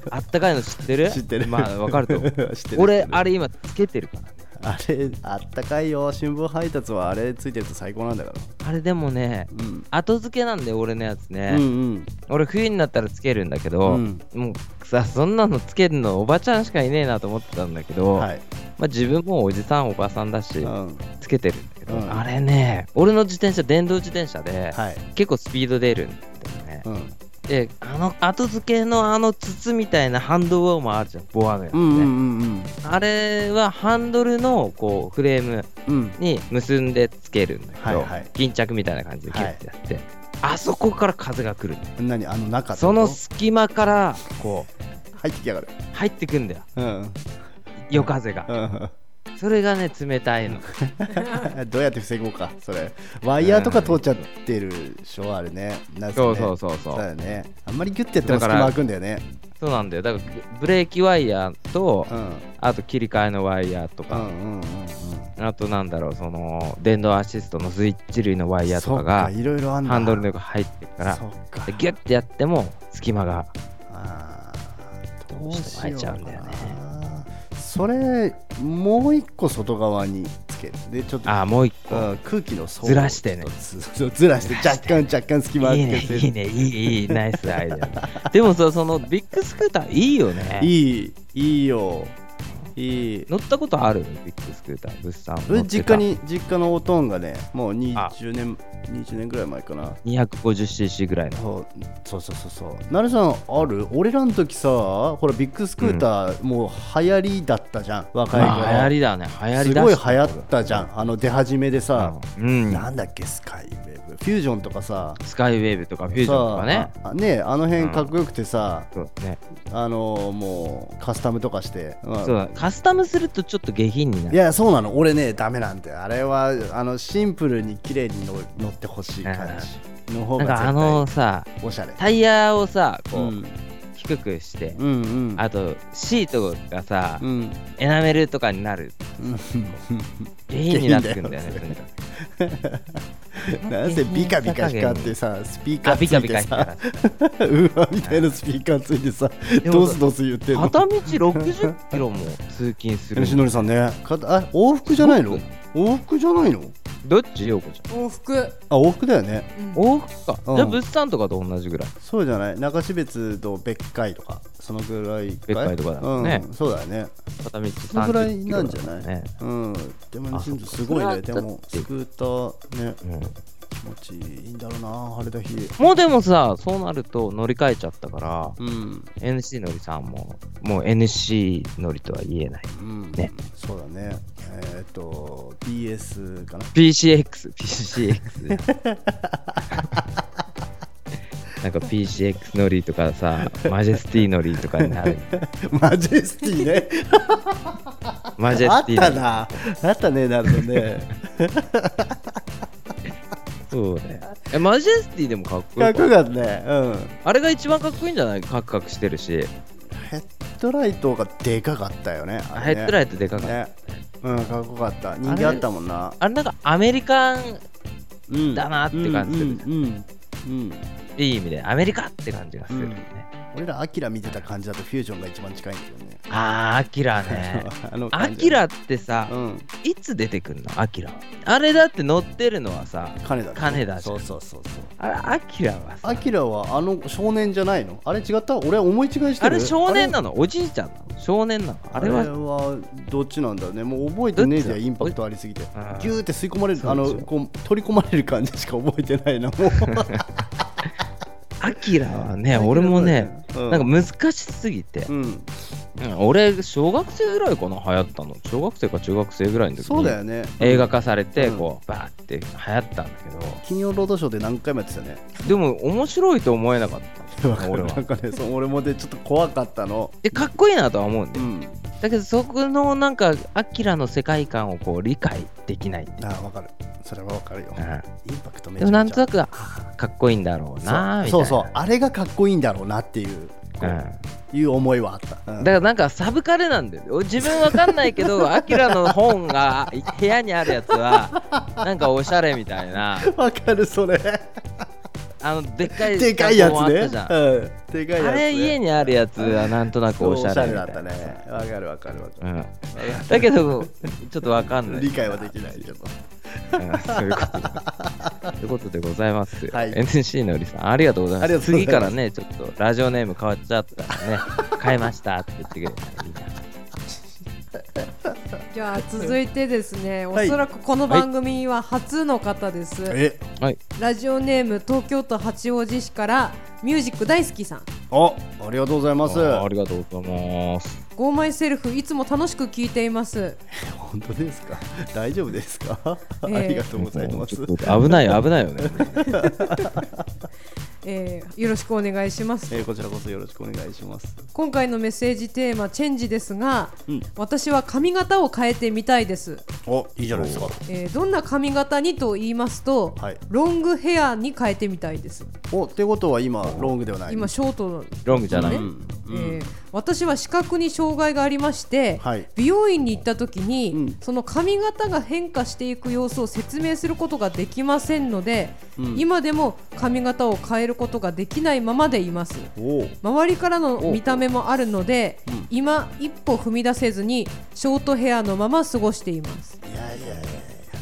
Speaker 4: あったかいの知ってる
Speaker 2: 知ってる
Speaker 4: まあわかると
Speaker 2: 知
Speaker 4: 思
Speaker 2: ってる <laughs>
Speaker 4: う
Speaker 2: 知ってる
Speaker 4: 俺あれ今つけてるからね
Speaker 2: あれあったかいよ新聞配達はあれついてると最高なんだから
Speaker 4: あれでもね
Speaker 2: うん
Speaker 4: 後付けなんで俺のやつね、
Speaker 2: うん
Speaker 4: 俺冬になったらつけるんだけど、
Speaker 2: うん
Speaker 4: もうさそんなのつけるのおばちゃんしかいねえなと思ってたんだけ
Speaker 2: う
Speaker 4: ど、
Speaker 2: んはい
Speaker 4: まあ、自分もおじさんおばさんだし、
Speaker 2: うん
Speaker 4: つけてるんだけど、
Speaker 2: うん
Speaker 4: あれね俺の自転車電動自転車で、
Speaker 2: はい
Speaker 4: 結構スピード出るんだよね、
Speaker 2: うん
Speaker 4: であの後付けのあの筒みたいなハンドウォーマーあるじゃんボアのやつ
Speaker 2: う
Speaker 4: ね、
Speaker 2: んうんうん
Speaker 4: あれはハンドルのこうフレーム
Speaker 2: うん
Speaker 4: に結んでつけるんだけど、
Speaker 2: はいはい
Speaker 4: 巾着みたいな感じでキュッてやって、あそこから風が来るんだよ
Speaker 2: うん何あの中ってこ
Speaker 4: そ
Speaker 2: と
Speaker 4: の隙間からこう
Speaker 2: 入ってきやがる
Speaker 4: 入ってくんだよ
Speaker 2: うん
Speaker 4: 夜風が、
Speaker 2: う
Speaker 4: それがね冷たいの
Speaker 2: んどうやって防ごうかそれワイヤーとか通っちゃってるでしょあれねなんかね
Speaker 4: そうそうそうそう
Speaker 2: そうだよねあんまりギュッてやったら
Speaker 4: だか
Speaker 2: 隙間
Speaker 4: ら
Speaker 2: 開くんだよね
Speaker 4: そうなんだよだからブレーキワイヤーと、
Speaker 2: うん
Speaker 4: あと切り替えのワイヤーと
Speaker 2: うんうん
Speaker 4: か、
Speaker 2: うんうん
Speaker 4: あとなんだろうその電動アシストのスイッチ類のワイヤーとかが
Speaker 2: そういろいろあんだ
Speaker 4: ハンドルの横入ってるから
Speaker 2: そうか
Speaker 4: でギュッてやっても隙間が
Speaker 2: あー
Speaker 4: どうしても入っちゃうんだよね
Speaker 2: どうしようかなそれもう一個外側につけるでちょっと
Speaker 4: ああもう一個
Speaker 2: うん空気の層を
Speaker 4: ずらしてね
Speaker 2: ちょっとずそうず <laughs> らして若干若干隙間
Speaker 4: いい
Speaker 2: 開
Speaker 4: ね
Speaker 2: けて
Speaker 4: いいねいいいいナイスアイデ
Speaker 2: <laughs>
Speaker 4: アでもさそのビッグスクーターいいよね
Speaker 2: いいいいよいい
Speaker 4: 乗ったことあるビッグスクーター物産乗
Speaker 2: 俺
Speaker 4: って
Speaker 2: 実
Speaker 4: た
Speaker 2: 家に実家のおとんがねもう
Speaker 4: あ
Speaker 2: 20年20年ぐらい前かな
Speaker 4: 250cc ぐらいの
Speaker 2: そうそうそうそうそうなるさんある俺らの時さほらビッグスクーター、もう流行りだったじゃん若い頃、
Speaker 4: まあ流行りだね流行り
Speaker 2: す
Speaker 4: だ
Speaker 2: ごい流行ったじゃんあの出始めでさ、
Speaker 4: うん
Speaker 2: なんだっけスカイウェブフュージョンとかさ
Speaker 4: スカイウェーブとかフュージョンとかね
Speaker 2: さあねあの辺かっこよくてさ、
Speaker 4: そうね
Speaker 2: あのもうカスタムとかして、うん
Speaker 4: そうだカスタムするとちょっと下品にないる
Speaker 2: やそうなの俺ねダメなんだよあれはあのシンプルに綺麗にの乗ってほしい感じの方
Speaker 4: な
Speaker 2: が
Speaker 4: んかあのさ
Speaker 2: 絶対おしゃれ
Speaker 4: タイヤをさ
Speaker 2: う
Speaker 4: こう、
Speaker 2: ん
Speaker 4: 低くして、
Speaker 2: うんうん
Speaker 4: あとシートがさ、
Speaker 2: うんうん
Speaker 4: エナメルとかになる下品になってくんだよね
Speaker 2: 下
Speaker 4: と
Speaker 2: 品
Speaker 4: に
Speaker 2: だ
Speaker 4: かく
Speaker 2: なんせビカビカ光ってさスピーカ
Speaker 4: あ
Speaker 2: ーつ
Speaker 4: ビカ
Speaker 2: い
Speaker 4: ビ
Speaker 2: て
Speaker 4: カ光った
Speaker 2: さうわみたいなスピーカーついてさ
Speaker 4: でも
Speaker 2: ドスドス言ってるの
Speaker 4: 片道60キロも通勤する
Speaker 2: 吉典さんねかあ往復じゃないの往復じゃないの
Speaker 4: どっちようこちゃん
Speaker 3: 往復、
Speaker 2: あ往復だよね
Speaker 3: うん
Speaker 4: 往復か、
Speaker 2: うん
Speaker 4: じゃあ物産とかと同じぐらい
Speaker 2: そうじゃない中標津と別海とかそのぐらいかい
Speaker 4: 別海とかだもんね
Speaker 2: うん、そうだよね
Speaker 4: 片道
Speaker 2: そのぐらい
Speaker 4: 30キ
Speaker 2: な
Speaker 4: ロ
Speaker 2: ん
Speaker 4: だ
Speaker 2: じゃ
Speaker 4: も
Speaker 2: なんい、
Speaker 4: ね
Speaker 2: うんでも
Speaker 4: あ
Speaker 2: ね
Speaker 4: そっか
Speaker 2: すごい
Speaker 4: それ
Speaker 2: ね
Speaker 4: は
Speaker 2: でも
Speaker 4: だって
Speaker 2: スクーターね
Speaker 4: うん
Speaker 2: 気持ちいいんだろうな晴れた日
Speaker 4: もうでもさそうなると乗り換えちゃったから
Speaker 2: うん
Speaker 4: NC のりさんももう NC のりとは言えない
Speaker 2: うん、
Speaker 4: ね
Speaker 2: そうだねえーっと BS かな <laughs>
Speaker 4: PCX PCX なんか PCX のりとかさマジェスティのりとかになる
Speaker 2: マジェスティね
Speaker 4: マジ
Speaker 2: あ
Speaker 4: ェ
Speaker 2: っ
Speaker 4: スティ
Speaker 2: た
Speaker 4: のり
Speaker 2: なあったねなるほどね
Speaker 4: <laughs> そうねえマジェスティでもかっこ
Speaker 2: かっ
Speaker 4: よい
Speaker 2: こよかったねうん
Speaker 4: あれが一番かっこいいんじゃないカクカクしてるし
Speaker 2: ヘッドライトがでかかったよね
Speaker 4: ヘッドラ
Speaker 2: イ
Speaker 4: イトでかかった
Speaker 2: ねうんかっこよかった人気あったもんな
Speaker 4: あれなんかアメリカン
Speaker 2: うん
Speaker 4: だなって感じする
Speaker 2: うんうんうんうん
Speaker 4: いい意味でアメリカって感じがするよね、
Speaker 2: 俺らアキラ見てた感じだとフュージョンが一番近いんだよね
Speaker 4: あーアキ
Speaker 2: <laughs>
Speaker 4: ラね
Speaker 2: あの
Speaker 4: ア
Speaker 2: 感じ
Speaker 4: キラってさ、
Speaker 2: うん
Speaker 4: いつ出てくんのアキラはあれだって乗ってるのはさ
Speaker 2: 金田
Speaker 4: 金田じゃ
Speaker 2: そ
Speaker 4: ん
Speaker 2: うそうそうそう
Speaker 4: あれアキラはさ
Speaker 2: アキラはあの少年じゃないのあれ違った俺は思い違いしてる
Speaker 4: あれ少年なのおじいちゃんなの少年なのあ
Speaker 2: あ
Speaker 4: れ
Speaker 2: れあれ
Speaker 4: は
Speaker 2: はどっちなんだろうねもう覚えてねえ
Speaker 4: ど
Speaker 2: じ
Speaker 4: っ
Speaker 2: ゃ
Speaker 4: ちだ
Speaker 2: インパクトありすぎて
Speaker 4: あー
Speaker 2: ギューって吸い込まれ
Speaker 4: そ
Speaker 2: る
Speaker 4: う
Speaker 2: あ
Speaker 4: そう
Speaker 2: のこう取り込まれる感じしか覚えて
Speaker 4: <laughs>
Speaker 2: ないなもう
Speaker 4: アキラはね俺もね
Speaker 2: うん
Speaker 4: なんか難しすぎて
Speaker 2: う、ん
Speaker 4: うん俺小学生ぐらいかな流行ったの小学生か中学生ぐらいの時
Speaker 2: そうだ
Speaker 4: に
Speaker 2: よね
Speaker 4: 映画化されて
Speaker 2: うん
Speaker 4: こうバーって流行ったんだけど
Speaker 2: 金曜ロードショーで何回もやってたよね
Speaker 4: でも面白いと思えなかった
Speaker 2: わ
Speaker 4: の
Speaker 2: か
Speaker 4: 俺
Speaker 2: る <laughs> な
Speaker 4: は
Speaker 2: んかねそう俺もでちょっと怖かったの
Speaker 4: でかっこいいなとは思うんだ
Speaker 2: う
Speaker 4: よ
Speaker 2: ん
Speaker 4: だけどそこのなんかアキラの世界観をこう理解できないっていう
Speaker 2: あわかるそれはわかるよ
Speaker 4: う
Speaker 2: イ
Speaker 4: ん
Speaker 2: ンパクトめち
Speaker 4: で
Speaker 2: ゃめち
Speaker 4: もな
Speaker 2: ゃ
Speaker 4: んとなくあーかっこいいんだろうなーみたいな
Speaker 2: そうそうそうあれがかっこいいんだろうなっていうこう
Speaker 4: うん
Speaker 2: いう思いはあった、うん
Speaker 4: だからなんかサブカルなんだよお自分わかんないけどアキラの本がい部屋にあるやつはなんかおしゃれみたいな
Speaker 2: <laughs> わかるそれ
Speaker 4: あのでっかい
Speaker 2: でかいやつ
Speaker 4: 箱もあった
Speaker 2: ね
Speaker 4: じゃん、
Speaker 2: うん、でかいやつね
Speaker 4: あれ家にあるやつはなんとなく
Speaker 2: そう
Speaker 4: お
Speaker 2: お
Speaker 4: し
Speaker 2: し
Speaker 4: ゃ
Speaker 2: ゃ
Speaker 4: れ
Speaker 2: れ
Speaker 4: みた
Speaker 2: だ
Speaker 4: い
Speaker 2: った
Speaker 4: な
Speaker 2: ねわかるわかるわか
Speaker 4: うん、
Speaker 2: る
Speaker 4: だけどちょっとわかんない
Speaker 2: 理解はできないけど
Speaker 4: うんそういうことだ。ということでございますよ。
Speaker 2: はい
Speaker 4: NC のりさん、ありがとうございま
Speaker 2: あり
Speaker 4: す。
Speaker 2: がとうござい
Speaker 4: 次
Speaker 2: ます
Speaker 4: からね、ちょっとラジオネーム変わっちゃったらね、変えましたって言ってくれたらいいな。
Speaker 3: じゃあ続いてですね、
Speaker 2: はい
Speaker 3: おそらくこの番組は初の方です、
Speaker 2: え
Speaker 4: はい、
Speaker 3: ラジオネーム東京都八王子市からミュージック大好きさん
Speaker 2: あありがとうございます
Speaker 4: あーありがとうございます。
Speaker 3: ゴーマイセルフいつも楽しく聞いています
Speaker 2: 本当ですか <laughs> 大丈夫ですか、
Speaker 3: えー
Speaker 2: ありがとうございます
Speaker 4: もうちょっと危ない、危ないよね。
Speaker 3: えーよろしくお願いします
Speaker 2: えーこちらこそよろしくお願いします
Speaker 3: 今回のメッセージテーマチェンジですが、
Speaker 2: うん
Speaker 3: 私は髪型を変えてみたいです、
Speaker 2: おいいじゃないですか
Speaker 3: えーどんな髪型にと言いますと、
Speaker 2: はい
Speaker 3: ロングヘアに変えてみたいです
Speaker 2: おってことは今ロングではない
Speaker 3: 今ショートの
Speaker 4: ロングじゃない。
Speaker 3: ね
Speaker 2: うん
Speaker 3: えー私は視覚に障害がありまして、
Speaker 2: はい
Speaker 3: 美容院に行った時に、
Speaker 2: うん
Speaker 3: その髪型が変化していく様子を説明することができませんので、
Speaker 2: うん
Speaker 3: 今でも髪型を変えることができないままでいます
Speaker 2: おお
Speaker 3: 周りからの見た目もあるので、今一歩踏み出せずにショートヘアのまま過ごしています
Speaker 2: いやいやいや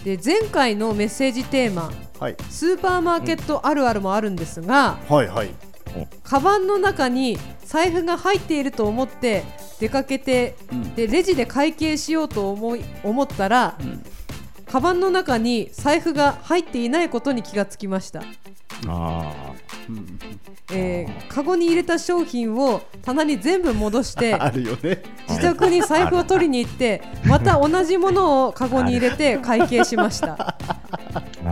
Speaker 3: で前回のメッセージテーマ
Speaker 2: はい
Speaker 3: スーパーマーケットあるあるもあるんですが、
Speaker 2: はいはい
Speaker 3: カバンの中に財布が入っていると思って出かけて、
Speaker 2: うん
Speaker 3: でレジで会計しようと思い思ったら、
Speaker 2: ん
Speaker 3: カバンの中に財布が入っていないことに気がつきました、
Speaker 4: あ
Speaker 2: うん
Speaker 3: えーカゴに入れた商品を棚に全部戻して
Speaker 2: <laughs> あるよね
Speaker 3: 自宅に財布を取りに行って
Speaker 2: <laughs>
Speaker 3: また同じものをカゴに入れて会計しました、
Speaker 4: ーあ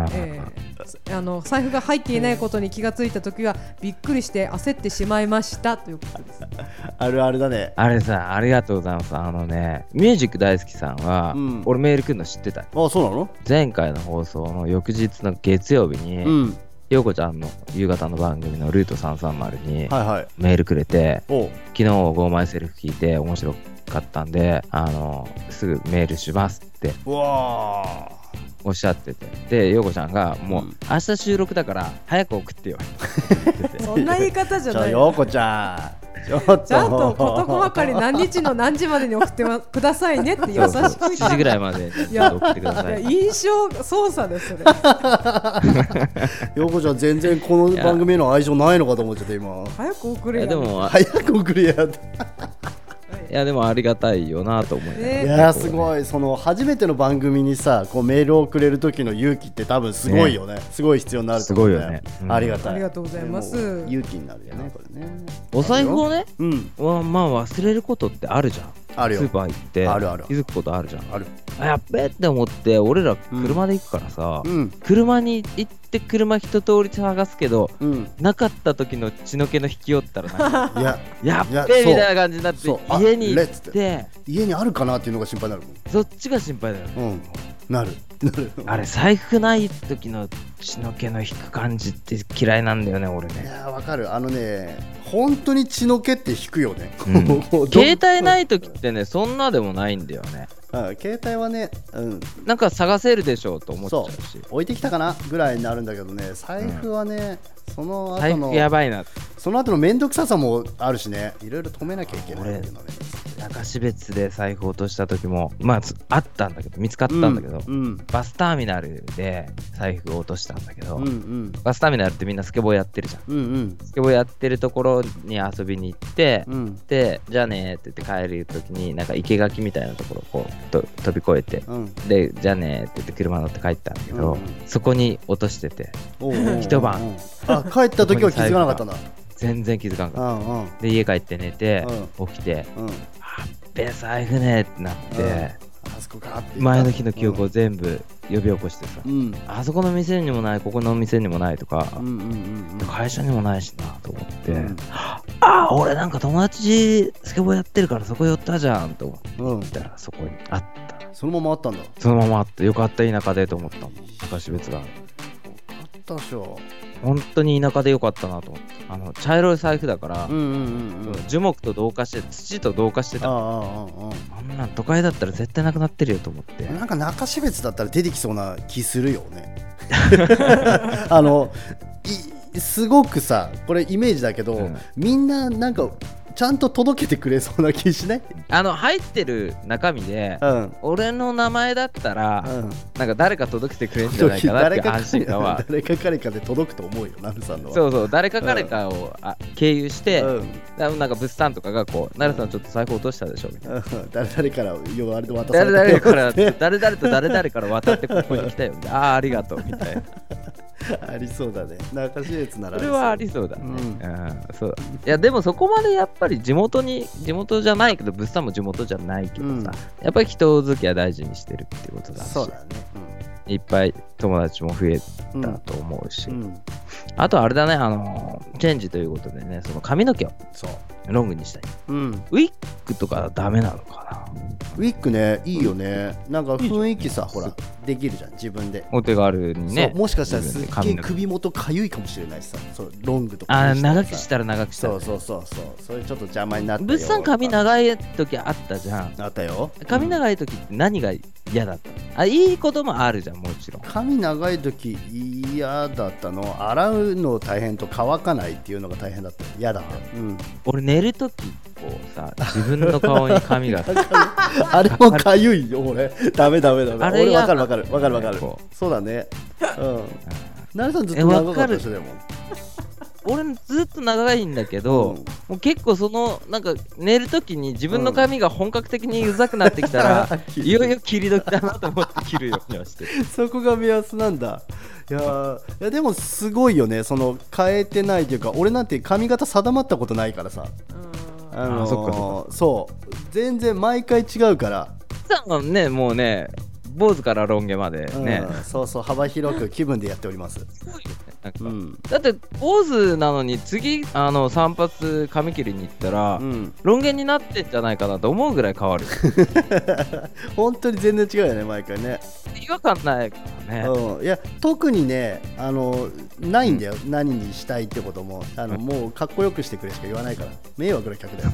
Speaker 4: ー。
Speaker 3: えーあの財布が入っていないことに気がついた時はびっくりして焦ってしまいましたということです。
Speaker 2: あるあるだね
Speaker 4: あれさ、ありがとうございます。あのね、ミュージック大好きさんは、
Speaker 2: うん
Speaker 4: 俺メール来るの知ってた。
Speaker 2: あそうなの
Speaker 4: 前回の放送の翌日の月曜日に、
Speaker 2: うん
Speaker 4: 陽子ちゃんの夕方の番組のルート330に
Speaker 2: はいはい
Speaker 4: メールくれて、
Speaker 2: おう
Speaker 4: 昨日5枚セルフ聞いて面白かったんで、あの、すぐメールしますって
Speaker 2: うわー
Speaker 4: おっしゃってて。で、陽子ちゃんが、もう、
Speaker 2: うん
Speaker 4: 明日収録だから早く送ってよ。
Speaker 3: そんな言い方じゃ
Speaker 2: ちょ
Speaker 3: ない。
Speaker 2: ようこちゃんちょっと
Speaker 3: ちゃんと事細かに何日の何時までに送ってまくださいねって優し
Speaker 4: そうそう
Speaker 3: く言っ
Speaker 4: 7時ぐらいまでちょっと送ってくださ
Speaker 3: た
Speaker 4: い。
Speaker 3: 印象操作ですね。
Speaker 2: ようこちゃん全然この番組への愛情ないのかと思っちゃった今
Speaker 3: 早く送
Speaker 4: い
Speaker 3: れ
Speaker 4: や
Speaker 3: よ。
Speaker 4: でも、
Speaker 2: 早く送りやって
Speaker 4: いやでもありがたいよなと思いながら
Speaker 3: ね
Speaker 2: いやーすごいその初めての番組にさこうメールをくれる時の勇気って多分すごいよねすごい必要になると思う
Speaker 4: すごいよねうん
Speaker 2: ありがたい
Speaker 3: ありがとうございます
Speaker 2: でも勇気になるよねこれね
Speaker 4: お財布をね
Speaker 2: うん
Speaker 4: わまあ忘れることってあるじゃん
Speaker 2: あるよ
Speaker 4: スーパー行って
Speaker 2: あるある
Speaker 4: 気づくことあるじゃん
Speaker 2: ある
Speaker 4: あやっべえって思って俺ら車で行くからさ、
Speaker 2: うん
Speaker 4: 車に行って車一通り探すけど
Speaker 2: うん
Speaker 4: なかった時の血の気の引き寄ったらな
Speaker 2: <laughs>
Speaker 4: んか
Speaker 2: いや
Speaker 4: やっ
Speaker 3: <laughs>
Speaker 4: べ
Speaker 2: いや
Speaker 4: え
Speaker 2: そう
Speaker 4: みたいな感じになって
Speaker 2: そうあ
Speaker 4: 家に行
Speaker 2: レッ
Speaker 4: っ
Speaker 2: ツって家にあるかなっていうのが心配になるもん
Speaker 4: そっちが心配だよね
Speaker 2: うん、なる。なる。
Speaker 4: あれ財布ない時の血の気の引く感じって嫌いなんだよね俺
Speaker 2: い
Speaker 4: ね、
Speaker 2: やー、わかる。あのね、本当に血の気って引くよね。
Speaker 4: うん
Speaker 2: <laughs> ど
Speaker 4: 携帯ない時ってねそんなでもないんだよね
Speaker 2: うん携帯はね、うん、
Speaker 4: なんか探せるでしょうと思っちゃうし
Speaker 2: 置いてきたかなぐらいになるんだけどね、財布はね、その
Speaker 4: 財
Speaker 2: 後
Speaker 4: 布や
Speaker 2: の、
Speaker 4: ばいな
Speaker 2: その後の面倒くささもあるしね、いろいろ止めなきゃいけないっていうのね。
Speaker 4: 中標津で財布落とした時もまあつあったんだけど見つかったんだけど、
Speaker 2: うん、うん、
Speaker 4: バスターミナルで財布を落としたんだけど、
Speaker 2: うん、うん、
Speaker 4: バスターミナルってみんなスケボーやってるじゃん
Speaker 2: うん、
Speaker 4: スケボーやってるところに遊びに行って、
Speaker 2: うん、うん、
Speaker 4: でじゃあねーって言って帰る時になんか生垣みたいなところをこうと飛び越えて
Speaker 2: うん、
Speaker 4: でじゃあねーって言って車乗って帰ったんだけど、
Speaker 2: うん
Speaker 4: そこに落としてて
Speaker 2: おうおうおう
Speaker 4: <laughs> 一晩。
Speaker 2: あ、帰った時は気づかなかったんだ。
Speaker 4: 全然気づかんかっ
Speaker 2: うん、うん、
Speaker 4: たで家帰って寝て、起きて
Speaker 2: うん、
Speaker 4: 「あっべ財布ね」ってなって。
Speaker 2: うんあそこかって。
Speaker 4: 前の日の記憶を。全部呼び起こしてさ、
Speaker 2: うん、
Speaker 4: あそこの店にもないここの店にもないとか、
Speaker 2: うん、うん、うん、うん。
Speaker 4: 会社にもないしなと思って、
Speaker 2: うん
Speaker 4: ああ俺なんか友達スケボーやってるからそこ寄ったじゃんと思っ
Speaker 2: うん、
Speaker 4: たらそこにあった
Speaker 2: そのままあったんだ。
Speaker 4: そのままあってよかった田舎でと思ったもん昔別が
Speaker 2: あったでしょ。
Speaker 4: 本当に田舎でよかったなと思ってあの茶色い財布だから、
Speaker 2: うんうんうんうん。
Speaker 4: 樹木と同化して土と同化して
Speaker 2: ああ
Speaker 4: た
Speaker 2: あああ
Speaker 4: あんなん都会だったら絶対なくなってるよと思って
Speaker 2: あ。なんか中標別だったら出てきそうな気するよ
Speaker 4: <laughs>
Speaker 2: ね。あのいすごくさこれイメージだけど、
Speaker 4: うん
Speaker 2: みんななんかちゃんと届けてくれそうな気しない？
Speaker 4: あの入ってる中身で、
Speaker 2: うんうん。
Speaker 4: 俺の名前だったら、なんか誰か届けてくれるんじゃないかなって
Speaker 2: 誰
Speaker 4: いう
Speaker 2: か
Speaker 4: 安心感は
Speaker 2: <laughs> 誰か彼かで届くと思うよナルさんのは。
Speaker 4: そうそう誰か彼かを、あ経由して、
Speaker 2: うん。
Speaker 4: だなんか物産とかがこう「奈良さんちょっと財布落としたでしょ」みたいな。
Speaker 2: うん <laughs> 誰々から呼ばれて渡さ
Speaker 4: 誰
Speaker 2: れた
Speaker 4: 々
Speaker 2: よ
Speaker 4: から
Speaker 2: って
Speaker 4: 誰々と誰々から渡ってここに来たよみたいなああーありがとうみたいな
Speaker 2: <laughs> ありそうだね中標津なら
Speaker 4: それはありそうだね、
Speaker 2: う
Speaker 4: うんんそういやでもそこまでやっぱり地元に地元じゃないけど物産も地元じゃないけどさ、
Speaker 2: うん
Speaker 4: やっぱり人付きは大事にしてるっていうことだし
Speaker 2: そうだね。
Speaker 4: いっぱい友達も増え
Speaker 2: うん
Speaker 4: たと思うし、
Speaker 2: うんうん
Speaker 4: あとあれだね、あのーチェンジということでね、その髪の毛を
Speaker 2: そう。
Speaker 4: ロングにしたい。
Speaker 2: うん、
Speaker 4: ウィッグとかダメなのかな
Speaker 2: ウィッグねいいよね、なんか雰囲気さほらできるじゃん自分で、
Speaker 4: お手軽にね
Speaker 2: そう。もしかしたらすっ
Speaker 4: 自分
Speaker 2: げ
Speaker 4: で
Speaker 2: え
Speaker 4: 髪の毛
Speaker 2: 首元かゆいかもしれないしさそうロングとか
Speaker 4: あー
Speaker 2: に
Speaker 4: 長
Speaker 2: ら
Speaker 4: く
Speaker 2: さ
Speaker 4: したら長くしたら、
Speaker 2: そ
Speaker 4: ね。
Speaker 2: うそうそうそうそれちょっと邪魔になったよ
Speaker 4: 物産髪長い時あったじゃん。
Speaker 2: あったよ
Speaker 4: 髪
Speaker 2: うん
Speaker 4: 長い時って何が嫌だったのあ、いいこともあるじゃん、もちろん。
Speaker 2: 髪長い時嫌だったの洗うの大変と乾かないっていうのが大変だった嫌だった、うん、
Speaker 4: 俺寝る時こう
Speaker 2: <laughs>
Speaker 4: さ、自分の顔に髪が
Speaker 2: あれもかゆいよ俺ダメダメダメ
Speaker 4: あれ
Speaker 2: 俺わか
Speaker 4: 嫌だ
Speaker 2: るわかるわかるわかる
Speaker 4: こ
Speaker 2: そうだねうんなるさんずっ
Speaker 4: え
Speaker 2: と
Speaker 4: わかる
Speaker 2: 長かった人でも
Speaker 4: 俺ずっと長いんだけど、
Speaker 2: うん
Speaker 4: もう結構そのなんか寝る時に自分の髪が本格的にうざくなってきたら、 <laughs>
Speaker 2: うん
Speaker 4: いよいよ切り時だなと思って切るようにはしてる
Speaker 2: そこが目安なんだいやーいやでもすごいよねその変えてないというか俺なんて髪型定まったことないからさ、
Speaker 3: うん
Speaker 2: あのー
Speaker 4: あそっかそ
Speaker 2: そう全然毎回違うから
Speaker 4: さんはねもうね坊主からロン毛まで
Speaker 2: うん
Speaker 4: ね、
Speaker 2: そうそう幅広く気分でやっております、
Speaker 4: なんか
Speaker 2: うん
Speaker 4: だって坊主なのに次あの散髪髪切りに行ったら、
Speaker 2: うん、
Speaker 4: ロン毛になってんじゃないかなと思うぐらい変わる
Speaker 2: 本当に全然違うよね毎回ね、
Speaker 4: 違和感ないからね、
Speaker 2: うん、いや特にねあのないんだよ、何にしたいってこともあの、
Speaker 4: うん
Speaker 2: もうかっこよくしてくれしか言わないから迷惑な客だよ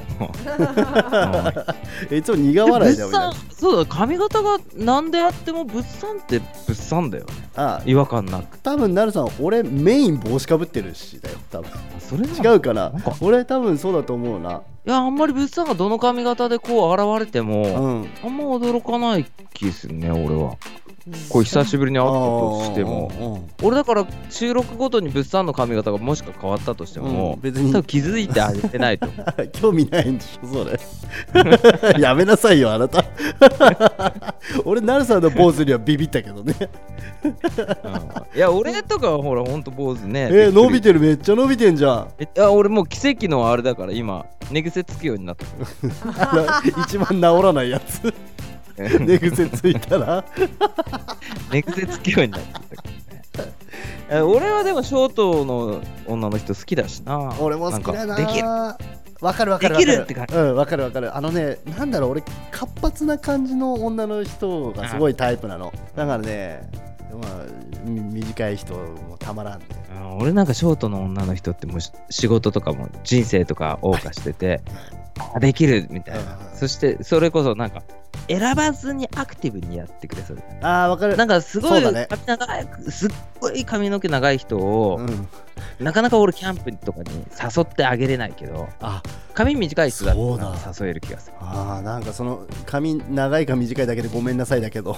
Speaker 4: う
Speaker 2: <laughs>
Speaker 4: ん
Speaker 2: いつも苦笑いだよみ
Speaker 4: で
Speaker 2: たいな
Speaker 4: 物産そうだ髪型が何であっても物産って物産だよね
Speaker 2: ああ
Speaker 4: 違和感なく
Speaker 2: 多分なるさん俺メイン帽子かぶってるしだよ多分
Speaker 4: あそれなの
Speaker 2: 違うかな
Speaker 4: なんか
Speaker 2: 俺多分そうだと思うない
Speaker 4: やあんまり物産がどの髪型でこう現れて
Speaker 2: う
Speaker 4: も、
Speaker 2: ん
Speaker 4: あんま驚かない気するね俺はこう久しぶりに会ったとしても俺だから収録ごとに物産の髪型がもしか変わったとして
Speaker 2: う
Speaker 4: も
Speaker 2: ん、別に
Speaker 4: 多分気づいてあげてな
Speaker 2: <laughs>
Speaker 4: いと思う
Speaker 2: <laughs> 興味ないんでしょそれ
Speaker 4: <laughs>
Speaker 2: やめなさいよあなた俺なるさんの坊主にはビビったけどね
Speaker 4: いや俺とかはほらほんと坊主ね
Speaker 2: えー伸び
Speaker 4: て
Speaker 2: てるめっちゃ伸びてんじゃん
Speaker 4: いや俺もう奇跡のあれだから今寝癖つくようになった
Speaker 2: あの <laughs> 一番治らないやつ寝癖ついたら
Speaker 4: 寝癖つくようになっちゃった
Speaker 2: <laughs>
Speaker 4: けどねえ俺はでもショートの女の人好きだしな
Speaker 2: 俺も好きだなん
Speaker 4: かできる
Speaker 2: わかるわかるわか
Speaker 4: できるって感じ
Speaker 2: うんわかるわかるあのねなんだろう俺活発な感じの女の人がすごいタイプなのだからねまあみ短い人もたまらんね
Speaker 4: うん俺なんかショートの女の人ってもうし仕事とかも人生とか謳歌しててあできるみたいな
Speaker 2: うん
Speaker 4: そしてそれこそなんか選ばずにアクティブにやってくれそう
Speaker 2: あーわかる
Speaker 4: なんかすごい
Speaker 2: そうだ
Speaker 4: 髪
Speaker 2: ね
Speaker 4: 長い、すっごい髪の毛長い人を、
Speaker 2: うん
Speaker 4: なかなか俺キャンプとかに誘ってあげれないけど
Speaker 2: あ
Speaker 4: 髪短い人だった
Speaker 2: そうだ
Speaker 4: らなんか誘える気がする
Speaker 2: あーなんかその髪長いか短いだけでごめんなさいだけど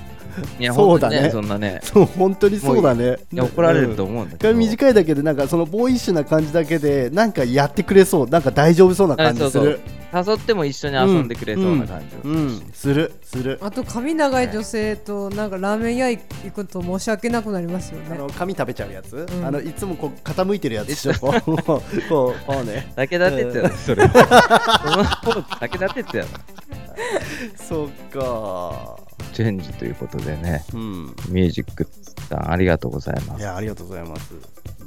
Speaker 2: <laughs>
Speaker 4: いや
Speaker 2: そ
Speaker 4: 本
Speaker 2: う
Speaker 4: 当
Speaker 2: だ
Speaker 4: に
Speaker 2: ね
Speaker 4: ねそんなね
Speaker 2: そう本当にそうだね
Speaker 4: いや怒られると
Speaker 2: うん
Speaker 4: 思うんだけど、
Speaker 2: 髪短いだけでなんかそのボーイッシュな感じだけでなんかやってくれそうなんか大丈夫そうな感じす
Speaker 4: あそう
Speaker 2: る
Speaker 4: 誘っても一緒に遊んでくれそうな感じ、
Speaker 2: うんするする
Speaker 3: あと髪長い女性となんかラーメン屋行くと申し訳なくなりますよ
Speaker 2: あ
Speaker 3: ね
Speaker 2: の髪食べちゃうやつ、
Speaker 3: うん
Speaker 2: あのいつもこう傾いてるやつでしょこうこうこうね
Speaker 4: 武田鉄矢だそれ <laughs> そのポーズ武田鉄矢だ
Speaker 2: <laughs> そっか
Speaker 4: チェンジということでね
Speaker 2: うん
Speaker 4: ミュージックさんありがとうございま
Speaker 2: い
Speaker 4: す
Speaker 2: やありがとうございます、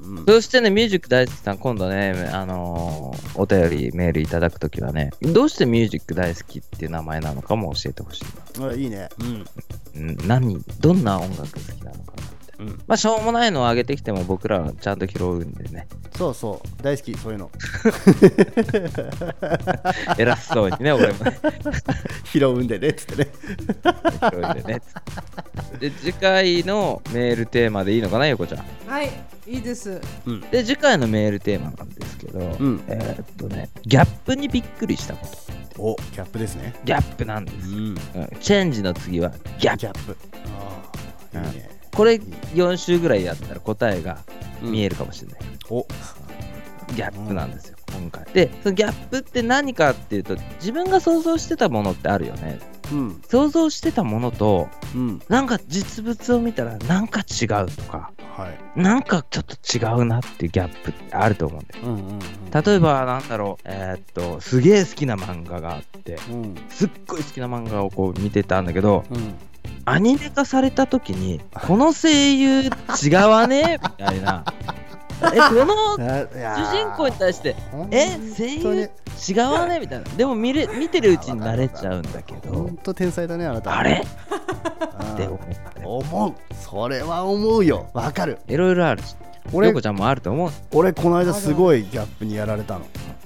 Speaker 2: うん、
Speaker 4: そしてね、ミュージック大好きさん、今度ね、あのーお便り、メールいただくときはね、どうしてミュージック大好きっていう名前なのかも教えてほしい
Speaker 2: あいいねうん
Speaker 4: な。うん、何、どんな音楽好きなのかなって。
Speaker 2: うん、
Speaker 4: まあ、しょうもないのを上げてきても僕らはちゃんと拾うんで
Speaker 2: <laughs>
Speaker 4: ね、
Speaker 2: そうそう大好きそういうの
Speaker 4: 偉そうにね、俺もね
Speaker 2: 拾うんでねっつってね
Speaker 4: 拾うんでね。で、次回のメールテーマでいいのかな、横ちゃん。
Speaker 3: はいいいです
Speaker 2: うん
Speaker 4: で、次回のメールテーマなんですけど、
Speaker 2: ん
Speaker 4: えーっとね、ギャップにびっくりしたこと。
Speaker 2: おキャップですね
Speaker 4: ギャップなんで
Speaker 2: う
Speaker 4: す。
Speaker 2: ん
Speaker 4: うん、チェンジの次はギャップ
Speaker 2: キャップああいいね、
Speaker 4: これ4週ぐらいやったら答えが見え
Speaker 2: る
Speaker 4: るかもしれない、
Speaker 2: お
Speaker 4: ギャップなんですよ今回でそのギャップって何かっていうと自分が想像してたものってあるよね
Speaker 2: うん
Speaker 4: 想像してたものと
Speaker 2: うん
Speaker 4: なんか実物を見たらなんか違うとか
Speaker 2: はい
Speaker 4: なんかちょっと違うなっていうギャップってあると思うんだよ
Speaker 2: うんうんうん
Speaker 4: 例えばなんだろうえーっとすげえ好きな漫画があって
Speaker 2: うん
Speaker 4: すっごい好きな漫画をこう見てたんだけど
Speaker 2: うん
Speaker 4: アニメ化された時にこの声優違わねみたいなえこの主
Speaker 2: 主
Speaker 4: 人公に対してえ声優違わねみたいなでも見れ見てるうちに慣れちゃうんだけど
Speaker 2: 本当天才だねあなた
Speaker 4: あれ
Speaker 2: うん
Speaker 4: って思ったね
Speaker 2: 思うそれは思うよわかる
Speaker 4: いろいろあるし
Speaker 2: 俺
Speaker 4: ヨコちゃんもあると思う
Speaker 2: 俺この間すごいギャップにやられたの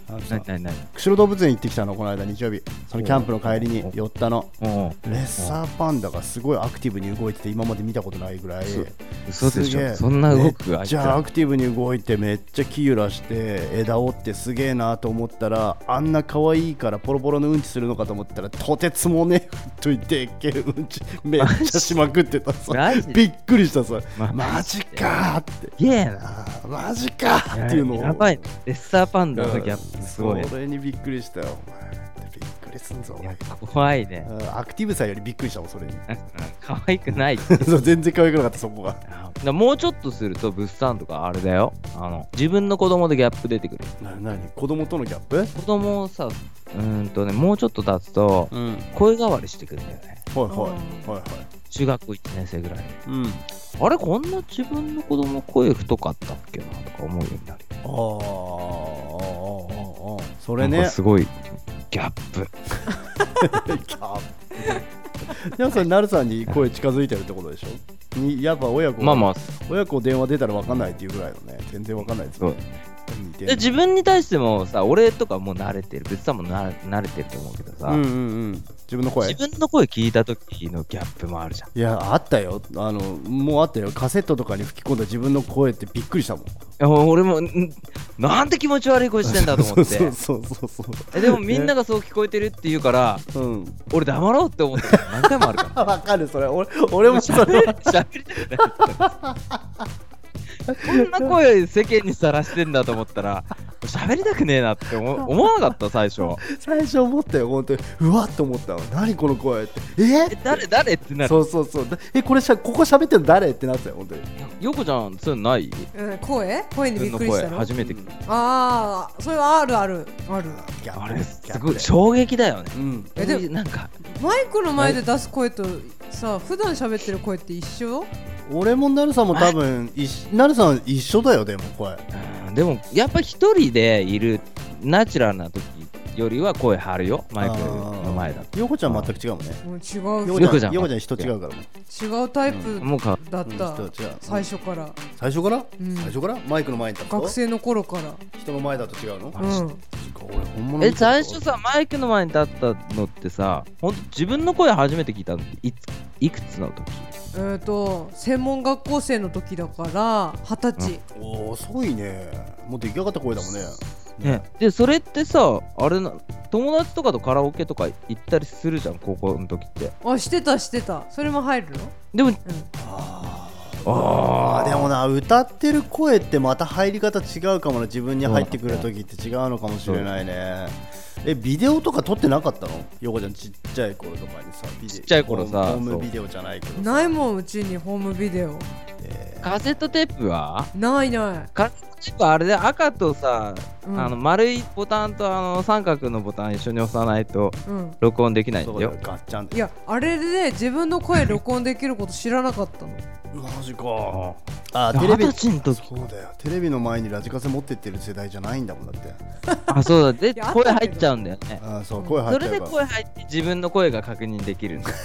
Speaker 2: あのさ
Speaker 4: なになになに
Speaker 2: 釧路動物園行ってきたのこの間日曜日そのキャンプの帰りに寄ったの
Speaker 4: うん
Speaker 2: レッサーパンダがすごいアクティブに動いてて今まで見たことないぐらい
Speaker 4: そう嘘ですし
Speaker 2: げえ
Speaker 4: ょそんな動く
Speaker 2: め
Speaker 4: あ
Speaker 2: っ
Speaker 4: いつ
Speaker 2: ちゃ
Speaker 4: ら
Speaker 2: アクティブに動いてめっちゃ木揺らして枝折ってすげえなと思ったらあんな可愛いからポロポロのうんちするのかと思ったらとてつもねえといでっけえうんちめっちゃしまくってたさ
Speaker 4: マジ
Speaker 2: びっくりしたさ
Speaker 4: ま
Speaker 2: マジかーって
Speaker 4: すげえな
Speaker 2: あーマジかーっていうのを
Speaker 4: やばいレッサーパンダのギャップすごい
Speaker 2: それにびっくりしたよお前びっくりすんぞお
Speaker 4: い
Speaker 2: 前
Speaker 4: や怖いね
Speaker 2: うんアクティブさよりびっくりしたもんそれに
Speaker 4: <laughs> 可愛くない
Speaker 2: <laughs> そう全然可愛くなかったそこが
Speaker 4: なもうちょっとすると物産とかあれだよあの自分の子供でギャップ出てくる
Speaker 2: <laughs> な何子供とのギャップ
Speaker 4: 子供をさうーんとねもうちょっと経つと
Speaker 2: うん
Speaker 4: 声変わりしてくるんだよね
Speaker 2: はいはいはいはい
Speaker 4: 中学校1年生ぐらい
Speaker 2: うん、
Speaker 4: あれこんな自分の子供声太かったっけなとか思うようになる
Speaker 2: あーあーあーあーあーそ
Speaker 4: こ
Speaker 2: れね
Speaker 4: すごいギャップ
Speaker 2: <laughs> でもそれなるさんに声近づいてるってことでしょにやっぱ親子
Speaker 4: まあまあ
Speaker 2: 親子電話出たら分かんないっていうぐらいのね全然分かんないです
Speaker 4: そう
Speaker 2: ね何言ってん
Speaker 4: で
Speaker 2: の
Speaker 4: 自分に対してもさ俺とかもう慣れてる別さんもな慣れてると思うけどさ、
Speaker 2: うんうんうん自分の声
Speaker 4: 自分の声聞いた時のギャップもあるじゃん
Speaker 2: いやあったよあのもうあったよカセットとかに吹き込んだ自分の声ってびっくりしたもん
Speaker 4: いや俺もんなんて気持ち悪い声してんだと思
Speaker 2: <laughs> そ
Speaker 4: っ
Speaker 2: う
Speaker 4: て
Speaker 2: そうそうそ
Speaker 4: えでもみんながそう聞こえてるって言うから
Speaker 2: ううん <laughs>
Speaker 4: 俺黙ろうって思ってる何回もあるから
Speaker 2: あ分かるそれ俺俺もそれ
Speaker 4: 喋り喋り
Speaker 3: <laughs>
Speaker 4: たくないこんな声世間にさらしてんだと思ったら <laughs> 喋りたくねえなって思思わなかった最初
Speaker 2: 最初思ったよ本当にうわっと思ったわ何この声ってえ
Speaker 4: え誰誰ってなる
Speaker 2: そうそうそうだえこれしゃここ喋ってるの誰ってなったよ本当に
Speaker 4: よこちゃんそういうのない
Speaker 3: うん、声声に
Speaker 4: 自
Speaker 3: び
Speaker 4: 分
Speaker 3: っ
Speaker 4: の
Speaker 3: くりし
Speaker 4: 声
Speaker 3: たの
Speaker 4: 初めて聞い
Speaker 3: ああそれはあるあるある
Speaker 2: ギャ
Speaker 4: た
Speaker 2: ッ
Speaker 4: あ
Speaker 2: プ
Speaker 4: れ
Speaker 2: ね
Speaker 4: す
Speaker 2: ギャップ
Speaker 4: ごい
Speaker 2: ね
Speaker 4: 衝撃だよね
Speaker 2: うん
Speaker 3: えでも
Speaker 4: なんか
Speaker 3: マイクの前で出す声とさ普段喋ってる声って一緒
Speaker 2: 俺もなるさんも多分いしなるさん一緒だよでも声
Speaker 4: うんでもやっぱ一人でいるナチュラルな時よりは声張るよマイクの前だと
Speaker 2: ヨコちゃん全く違うもんね
Speaker 3: もう違
Speaker 4: よ
Speaker 2: ヨコちゃん
Speaker 4: よ
Speaker 2: ヨ
Speaker 4: こ
Speaker 2: コ
Speaker 4: ち
Speaker 2: ち
Speaker 4: ゃ
Speaker 2: ゃ
Speaker 4: ん
Speaker 2: ん人違うからも
Speaker 3: う違うタイプ
Speaker 4: もうか
Speaker 3: だっ
Speaker 2: うん
Speaker 3: た、
Speaker 2: 人違う
Speaker 3: 最初から
Speaker 2: 最初から、
Speaker 3: うん
Speaker 2: 最初からマイクの前に立つと
Speaker 3: 学生の頃から
Speaker 2: 人の前だと違うの、
Speaker 3: うん
Speaker 2: 俺本物
Speaker 4: え最初さマイクの前に立ったのってさほんと自分の声初めて聞いたのっていついくつの時
Speaker 3: えー、と専門学校生の時だから二十
Speaker 2: おー遅いねもう出来上がった声だもんね
Speaker 4: ね、でそれってさあれな友達とかとカラオケとか行ったりするじゃん高校の時って
Speaker 3: 歳あしてたしてたそれも入るの
Speaker 4: でも
Speaker 2: あ
Speaker 4: あ
Speaker 2: あでもな歌ってる声ってまた入り方違うかもな自分に入ってくる時って違うのかもしれないねえビデオとか撮ってなかったのヨコちゃんちっちゃい頃とかにさビデ
Speaker 4: ちっちゃい頃さ
Speaker 2: ホームホー
Speaker 4: そう
Speaker 2: ムビデオじゃないけどさ
Speaker 3: ないもんうちにホームビデオ
Speaker 4: カセットテープは
Speaker 3: ないない
Speaker 4: カセットテープあれで赤とさ、
Speaker 3: うん
Speaker 4: あの丸いボタンとあの三角のボタン一緒に押さないと
Speaker 3: うん
Speaker 4: 録音できないん
Speaker 2: そ
Speaker 4: だ
Speaker 2: うだよ
Speaker 4: よ
Speaker 2: ガッチャンって
Speaker 3: いやあれで自分の声録音できること知らなかったの
Speaker 2: マジかあーテレ
Speaker 4: 二
Speaker 2: ビ
Speaker 4: 十歳の時
Speaker 2: そうだよテレビの前にラジカセ持ってってる世代じゃないんだもんだって
Speaker 4: <laughs> あそうだで
Speaker 3: いやあったけ
Speaker 4: 声
Speaker 3: ど
Speaker 4: 入っちゃうんだよね
Speaker 2: あーそう声入
Speaker 4: そ
Speaker 2: っちゃ
Speaker 4: れ
Speaker 2: うか
Speaker 4: で
Speaker 2: ら
Speaker 4: 声入って自分の声が確認できるん <laughs> だよ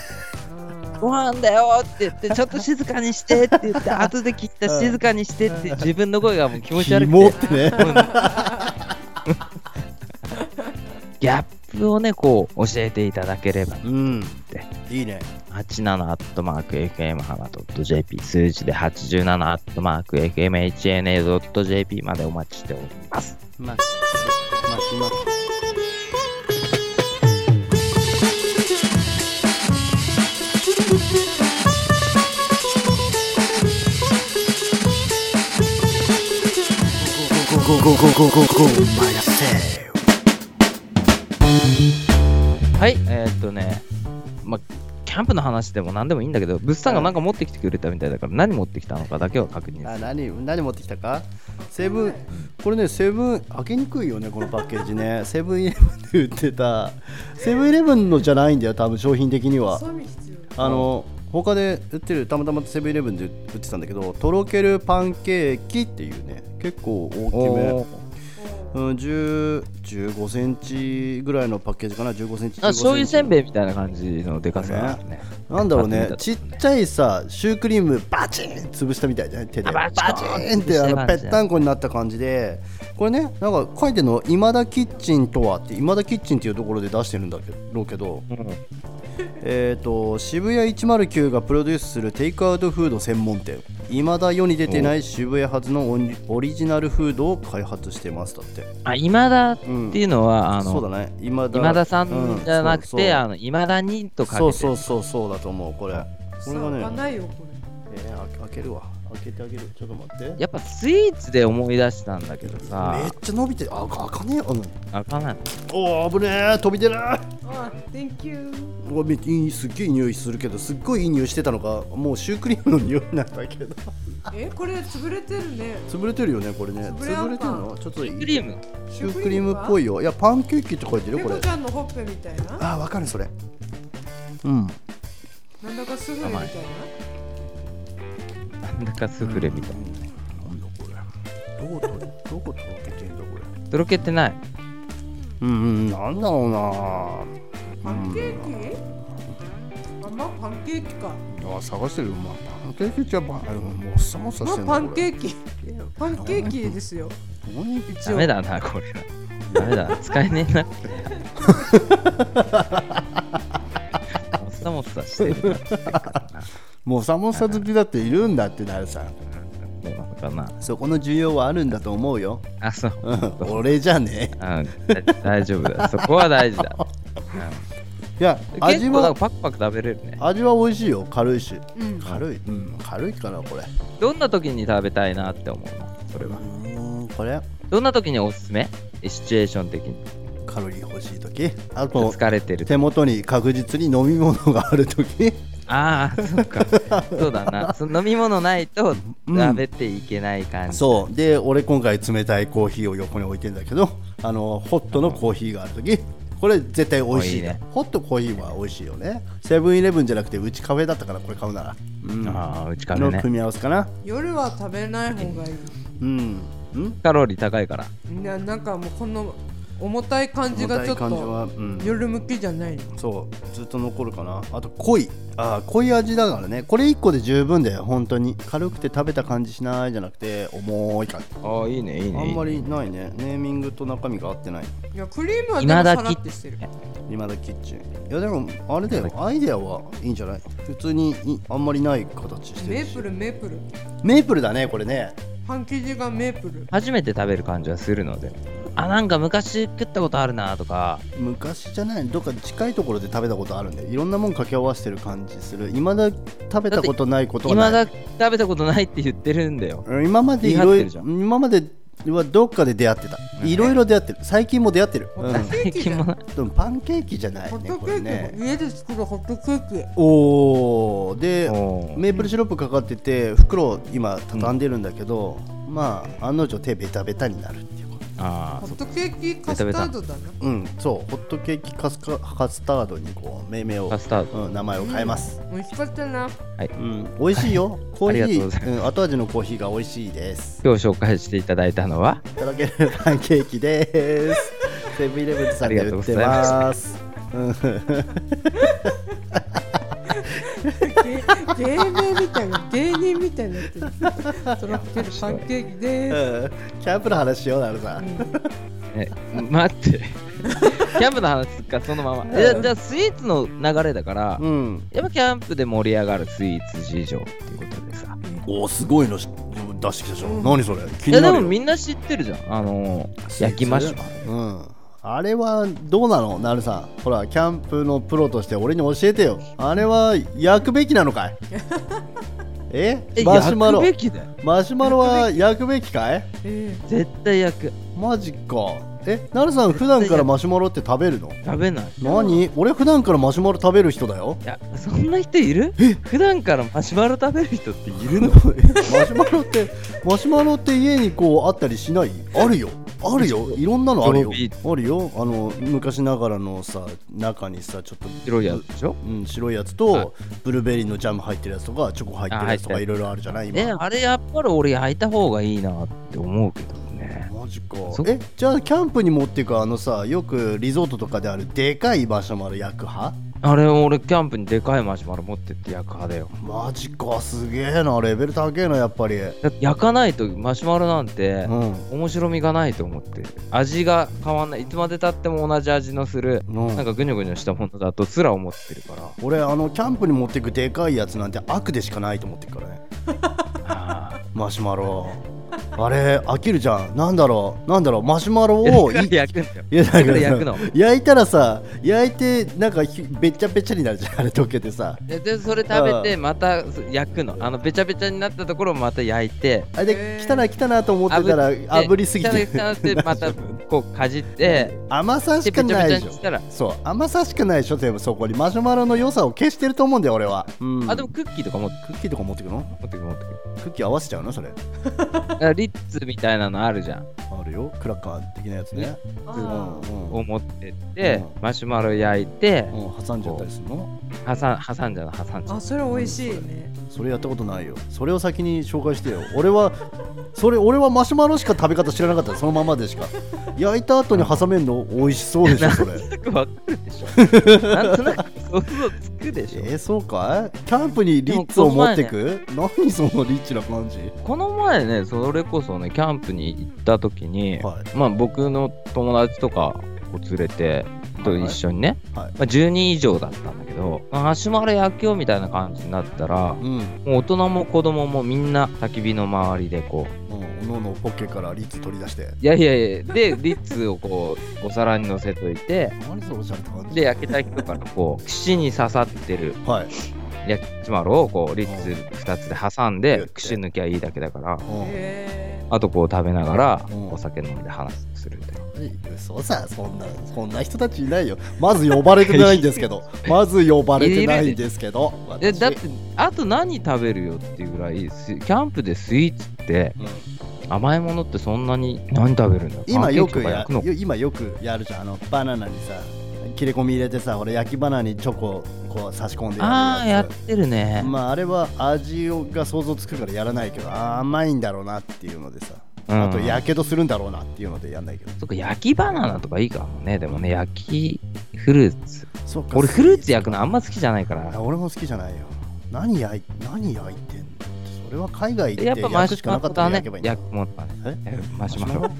Speaker 3: あ
Speaker 4: ご飯だよって言
Speaker 3: <laughs>
Speaker 4: ってちょっと静かにしてって言って後で聞いた静かにしてって自分の声がもう気持ち悪く
Speaker 2: キモ
Speaker 4: て
Speaker 2: ってね
Speaker 4: ギャップをねこう教えていただければ
Speaker 2: うんいいね
Speaker 4: 87アットマーク FM 花 .jp 数字で87アットマーク FMHNA.jp までお待ちしております
Speaker 2: まきまきゴゴゴゴゴゴマイナス
Speaker 4: はいえーっとねまあキャンプの話でも何でもいいんだけど物産がなんか持ってきてくれたみたいだから何持ってきたのかだけは確認する
Speaker 2: あ何何持ってきたかセブンこれねセブン開けにくいよねこのパッケージね <laughs> セブンイレブンで売ってたセブンイレブンのじゃないんだよ多分商品的にはあの他で売ってるたまたまセブンイレブンで売ってたんだけどとろけるパンケーキっていうね結構大きめ
Speaker 4: おー、
Speaker 2: うん、10 15センチぐらいのパッケージかな15センチ
Speaker 4: あ醤油せん
Speaker 2: い
Speaker 4: べいみたいな感じのでかさだね
Speaker 2: なんだろうね
Speaker 4: パッと見たら
Speaker 2: ちっちゃいさシュークリームバチン潰したみたいじゃない手で
Speaker 4: あバ
Speaker 2: バ
Speaker 4: チコ
Speaker 2: チ
Speaker 4: ーン
Speaker 2: ンってあの
Speaker 4: 潰した感
Speaker 2: ぺ
Speaker 4: じ
Speaker 2: ったんこになった感じでこれねなんか書いてるの「今田キッチンとは」って今田キッチンっていうところで出してるんだけどけどえー、と渋谷109がプロデュースするテイクアウトフード専門店今だ世に出てない渋谷発のオリオリジナルフードを開発してますだって
Speaker 4: あ今田っていうのは、あ
Speaker 2: そう
Speaker 4: の
Speaker 2: だね今田
Speaker 4: 今田さんじゃなく
Speaker 2: う
Speaker 4: て、
Speaker 2: んそうそう
Speaker 4: あの今田にとかけて
Speaker 2: そうそうそうそうだと思うこれこれが
Speaker 3: さあ
Speaker 2: ね、
Speaker 3: ないよこ
Speaker 2: えー、開け開けるわ開けてあげるちょっと待って
Speaker 4: やっぱスイーツで思い出したんだけどさ
Speaker 2: めっちゃ伸びてるあ開かねえよ、うん、
Speaker 4: あかない
Speaker 2: おお危ねえ飛び出る
Speaker 3: れあ Thank you
Speaker 2: うわめいいすっげえいい匂いするけどすっごいいい匂いしてたのかもうシュークリームの匂いなんだけど
Speaker 3: えこれ潰れてるね
Speaker 2: 潰れてるよねこれね
Speaker 3: 潰れあ
Speaker 2: 潰
Speaker 3: ん
Speaker 2: れて
Speaker 3: か
Speaker 2: るのちょっといい
Speaker 4: クリーム
Speaker 2: シュークリームっぽ
Speaker 3: い
Speaker 2: いよいやパンケーキって書いてる
Speaker 3: ペ
Speaker 2: よこ
Speaker 3: コ
Speaker 2: れ
Speaker 3: ちゃんのほっぺみたいな
Speaker 2: あーわかるそれうん
Speaker 3: なんだかスフレみたいな
Speaker 4: なんだかスフレみたいな、
Speaker 2: どこ取れどことろけてんだこれ
Speaker 4: とろけてない
Speaker 2: うんうんなんだろうな
Speaker 3: パンケーキあまあパンケーキか
Speaker 2: あ探してるまあパンケーキじゃパンあでももっさもっさ
Speaker 3: ま
Speaker 2: し
Speaker 3: あ
Speaker 2: てる
Speaker 3: パンケ
Speaker 2: キ
Speaker 3: ーキパンケーキですよ一
Speaker 4: ダ
Speaker 3: 応
Speaker 4: メだなこれダ
Speaker 2: <laughs>
Speaker 4: メだ使えねえなもっさもっさしてる
Speaker 2: もっさもっさ好きだっているんだってなるさ
Speaker 4: どうなのかな
Speaker 2: そこの需要はあるんだと思うよ
Speaker 4: あそう、
Speaker 2: う
Speaker 4: うん
Speaker 2: 俺じゃねえ
Speaker 4: ん、だ大丈
Speaker 2: <laughs>
Speaker 4: 夫だそこは大事だ、
Speaker 2: いや
Speaker 4: うん、
Speaker 2: 味
Speaker 4: 結構なん
Speaker 2: は
Speaker 4: かパクパク食べれるね
Speaker 2: 味は美味しいよ軽いし
Speaker 3: うん
Speaker 2: 軽いうん軽いかなこれ
Speaker 4: どんな時に食べたいなって思うのそれ
Speaker 2: う
Speaker 4: は
Speaker 2: ーんこれ
Speaker 4: どんな時におすすめシチュエーション的に
Speaker 2: カロリー欲しい時あと
Speaker 4: 疲れてる
Speaker 2: 手元に確実に飲み物がある <laughs> 時
Speaker 4: ああそうかそうだなその飲み物ないと
Speaker 2: うん
Speaker 4: 食べていけない感じ、
Speaker 2: そうで俺今回冷たいコーヒーを横に置いてんだけどあのホットのコーヒーがある時これ絶対美味しい,、ね、
Speaker 4: いいね
Speaker 2: ホットコーヒーは美味しいよねセブンイレブンじゃなくてうちカフェだったからこれ買うなら、うん
Speaker 4: ああうちから
Speaker 2: の
Speaker 4: ね
Speaker 2: 組み合わせかな
Speaker 3: 夜は食べない方がい
Speaker 2: うんうん
Speaker 4: カロリー高いから
Speaker 3: いななんかもうこの重たい感じがちょ
Speaker 2: 重た
Speaker 3: っ
Speaker 2: い感じは
Speaker 3: と
Speaker 2: うん
Speaker 3: 夜向きじゃないの
Speaker 2: そうずっと残るかなあと濃いあー濃い味だからねこれ1個で十分で本当に軽くて食べた感じしないじゃなくて重い感じ
Speaker 4: ああいいねいい
Speaker 2: あんまりないねネーミングと中身が合ってない
Speaker 3: いやクリームはでも
Speaker 4: 今
Speaker 3: さ
Speaker 4: だ
Speaker 3: ら
Speaker 4: き
Speaker 3: ってしてる
Speaker 2: 今田キッチンいやでもあれだよアイデアはいいんじゃない普通にいあんまりない形して
Speaker 3: メ
Speaker 2: る
Speaker 3: ー
Speaker 2: し
Speaker 3: プルメープル
Speaker 2: メープルだねこれね
Speaker 3: パン生地がメープル
Speaker 4: 初めて食べる感じはするのであなんか昔食ったことあるなとか
Speaker 2: 昔じゃないどっか近いところで食べたことあるんでいろんなもん掛け合わせてる感じする今だ食べたことないことは
Speaker 4: 今
Speaker 2: な
Speaker 4: だ
Speaker 2: い
Speaker 4: 食べたことないって言ってるんだよ
Speaker 2: うん今までい
Speaker 4: 言
Speaker 2: ろ
Speaker 4: い
Speaker 2: い
Speaker 4: 張ってるじ
Speaker 2: ろ
Speaker 4: ゃん
Speaker 2: 今まではどっかで出会ってたいろいろ出会ってる最近も出会ってる、
Speaker 3: ホ
Speaker 2: う
Speaker 3: ッ
Speaker 2: ん
Speaker 3: トケーキじゃんホ
Speaker 4: 最
Speaker 2: でもパンケーキじゃない
Speaker 3: ッ
Speaker 2: ね
Speaker 3: ト
Speaker 2: こ
Speaker 3: ケ
Speaker 2: れ
Speaker 3: ーキ、
Speaker 2: ね
Speaker 3: 家で作るホットケーキ
Speaker 2: おおで
Speaker 4: おー
Speaker 2: メープルシロップかかってて袋今畳んでるんだけど、まあ案の定手ベタベタになるっていうこと
Speaker 4: あ
Speaker 3: ホ
Speaker 4: あ
Speaker 3: ットケーキカスタードだな
Speaker 2: うんそうホットケーキカスカカスタードにこう命名を
Speaker 4: カスタード
Speaker 2: うん、名前を変えます、
Speaker 3: 美味しかったな
Speaker 2: うん、美味しいよコー
Speaker 4: あり
Speaker 2: ヒ
Speaker 4: がとうござい
Speaker 2: ー、うん、後味のコーヒーが美味しいです
Speaker 4: 今日紹介していただいたのはい
Speaker 2: ただけるパンケーキ
Speaker 4: <laughs>
Speaker 2: ですセブンイレブンさんで売ってます
Speaker 3: 芸芸名みたいな芸人みたいになってるとろけるパンケーキでー
Speaker 2: うんキャンプの話しようなるさん
Speaker 4: え待って
Speaker 2: <laughs>
Speaker 4: キャンプの話すっかそのままえじゃあじゃあスイーツの流れだから、
Speaker 2: うん
Speaker 4: やっぱキャンプで盛り上がるスイーツ事情っていうことでさ
Speaker 2: おおすごいのし出してきたでしょ、
Speaker 3: うん
Speaker 2: 何それ気
Speaker 4: い
Speaker 2: になる
Speaker 4: やで
Speaker 2: よ
Speaker 4: もみんな知ってるじゃんあのー焼きマシュマロ
Speaker 2: うんあれはどうなのなるさんほらキャンプのプロとして俺に教えてよあれは焼くべきなのか
Speaker 4: <laughs>
Speaker 2: いえ
Speaker 4: え
Speaker 2: マシュマロ
Speaker 4: 焼くべきだよ
Speaker 2: マシュマロは焼くべきかい
Speaker 3: えー
Speaker 4: 絶対焼く
Speaker 2: マジかえなるさん普段からマシュマロって食べるの
Speaker 4: 食べない
Speaker 2: 何俺普段からマシュマロ食べる人だよ
Speaker 4: いやそんな人いる普段からマシュマロ食べる人っているの
Speaker 2: マシュマロってマシュマロって家にこうあったりしないあるよあるよいろんなのあるよ
Speaker 4: ドロビ
Speaker 2: あるよあの昔ながらのさ中にさちょっと
Speaker 4: 白いやつでしょ
Speaker 2: うん、白いやつ
Speaker 4: はい
Speaker 2: とブルーベリーのジャム入ってるやつとかチョコ入ってるやつと
Speaker 4: あ
Speaker 2: か
Speaker 4: 入
Speaker 2: い
Speaker 4: っ
Speaker 2: ろいろあるじゃない
Speaker 4: え
Speaker 2: 今
Speaker 4: あれやっぱり俺焼いた方がいいなって思うけどね
Speaker 2: マジか
Speaker 4: そ
Speaker 2: えじゃあキャンプにもっていうかあのさよくリゾートとかであるでかいマシュマロ焼く派
Speaker 4: あれ俺キャンプにでかいマシュマロ持ってって焼く派だよ
Speaker 2: マジかすげえなレベル高えなやっぱり
Speaker 4: だって焼かないとマシュマロなんて
Speaker 2: うん
Speaker 4: 面白みがないと思ってる味が変わんないいつまでたっても同じ味のする
Speaker 2: うん
Speaker 4: なんかぐにょぐにょしたものだとすら思ってるから
Speaker 2: 俺あのキャンプに持ってくでかいやつなんて悪でしかないと思ってるからねマシュマロあれ飽きるじゃんなんだろうなんだろうマシュマロを
Speaker 4: いやだ
Speaker 2: い
Speaker 4: から焼くんだよ
Speaker 2: いやだから
Speaker 4: だから焼くの
Speaker 2: 焼いたらさ焼いてなんかひべっちゃべちゃになるじゃんあれ溶けてさ
Speaker 4: ででそれ食べてまた焼くのあのべちゃべちゃになったところをまた焼いて
Speaker 2: あ
Speaker 3: へ
Speaker 2: れ
Speaker 3: ー
Speaker 2: で汚い汚いと思ってたら
Speaker 4: 炙って
Speaker 2: 炙りすぎて
Speaker 4: 汚い汚いってまたこうかじって
Speaker 2: 甘さし
Speaker 4: で
Speaker 2: か
Speaker 4: べちゃ
Speaker 2: な
Speaker 4: べちゃ
Speaker 2: い
Speaker 4: に
Speaker 2: でし
Speaker 4: したら、
Speaker 2: ょそう甘さしかないでしょでもそこにマシュマロの良さを消してると思うんだよ俺は、うん、
Speaker 4: あでもクッキーとか持って
Speaker 2: クッキーとか持ってくの
Speaker 4: 持ってく持ってくる
Speaker 2: クッキー合わせちゃうのそれ
Speaker 4: だからリッツみたいなのあるじゃん
Speaker 2: あるよクラッカー的なやつね、
Speaker 3: あー
Speaker 2: うん
Speaker 4: を持ってって、
Speaker 2: うん
Speaker 4: マシュマロ焼いて、
Speaker 2: うん、挟んじゃったりするの
Speaker 4: 挟ん挟んじゃうの挟んじゃう
Speaker 3: あそれ美味しいね
Speaker 2: それやったことないよそれを先に紹介してよ俺はそれ俺はマシュマロしか食べ方知らなかったそのままでしか焼いた後に挟めんの美味しそうでしょそれ
Speaker 4: なんとなくわかるでしょなんとなく想像つくでしょ
Speaker 2: えー、そうかいキャンプにリッツを持ってく、何そのリッチな感じ
Speaker 4: この前ねそれこそねキャンプに行った時に、
Speaker 2: は
Speaker 4: まあ僕の友達とかを連れてと一緒にね、
Speaker 2: はいはい
Speaker 4: まあ、10人以上だったんだけどまあマシュマロ焼きようみたいな感じになったら
Speaker 2: うん、うん、
Speaker 4: もう大人も子供もみんな焚き火の周りでこう
Speaker 2: おのおのポッケからリッツ取り出して
Speaker 4: いやいやいやでリッツをこうお皿に乗せといて
Speaker 2: 何それおしゃれな感じ
Speaker 4: で焼けた人からこう串に刺さってる
Speaker 2: はい、
Speaker 4: 焼きマロをこうリッツ2つで挟ん
Speaker 2: うん
Speaker 4: で串抜きはいいだけだから
Speaker 2: うん
Speaker 3: へ
Speaker 4: あとこう食べながら
Speaker 2: うん
Speaker 4: お酒飲んで話するみたいな
Speaker 2: 嘘さそんなそんな人たちいないよまず呼ばれてないんですけ
Speaker 4: <laughs>
Speaker 2: どまず呼ばれてないんですけど
Speaker 4: え
Speaker 2: 私
Speaker 4: だってあと何食べるよっていうぐらいスキャンプでスイーツって
Speaker 2: うん
Speaker 4: 甘いものってそんなに何食べるんだ
Speaker 2: 今よく
Speaker 4: パンケー
Speaker 2: や
Speaker 4: キとか焼く
Speaker 2: よ今よくやるじゃんあのバナナにさ切れ込み入れてさ俺焼きバナナにチョコをこう差し込んで
Speaker 4: のああーや
Speaker 2: や
Speaker 4: っ
Speaker 2: るや
Speaker 4: てるね
Speaker 2: つまああれは味をが想像つくからやらないけどあー甘いんだろうなっていうのでさ、
Speaker 4: うん
Speaker 2: あとやけどするんだろうなっていうのでやんないけど
Speaker 4: そっか焼きバナナとかいいかもねでもね焼きフルーツ
Speaker 2: そうか
Speaker 4: 俺フルーツ焼くのあんま好きじゃないか
Speaker 2: あ
Speaker 4: ら
Speaker 2: 俺も好きじゃないよ何焼い何焼いてんのそれは海外行って
Speaker 4: やっぱマ
Speaker 2: 焼く
Speaker 4: シ
Speaker 2: し
Speaker 4: ュ
Speaker 2: か
Speaker 4: マ
Speaker 2: なか
Speaker 4: ロ
Speaker 2: ったら
Speaker 4: だね
Speaker 2: 焼けばいいんだ
Speaker 4: 焼くものはね
Speaker 2: え
Speaker 4: マシュマロ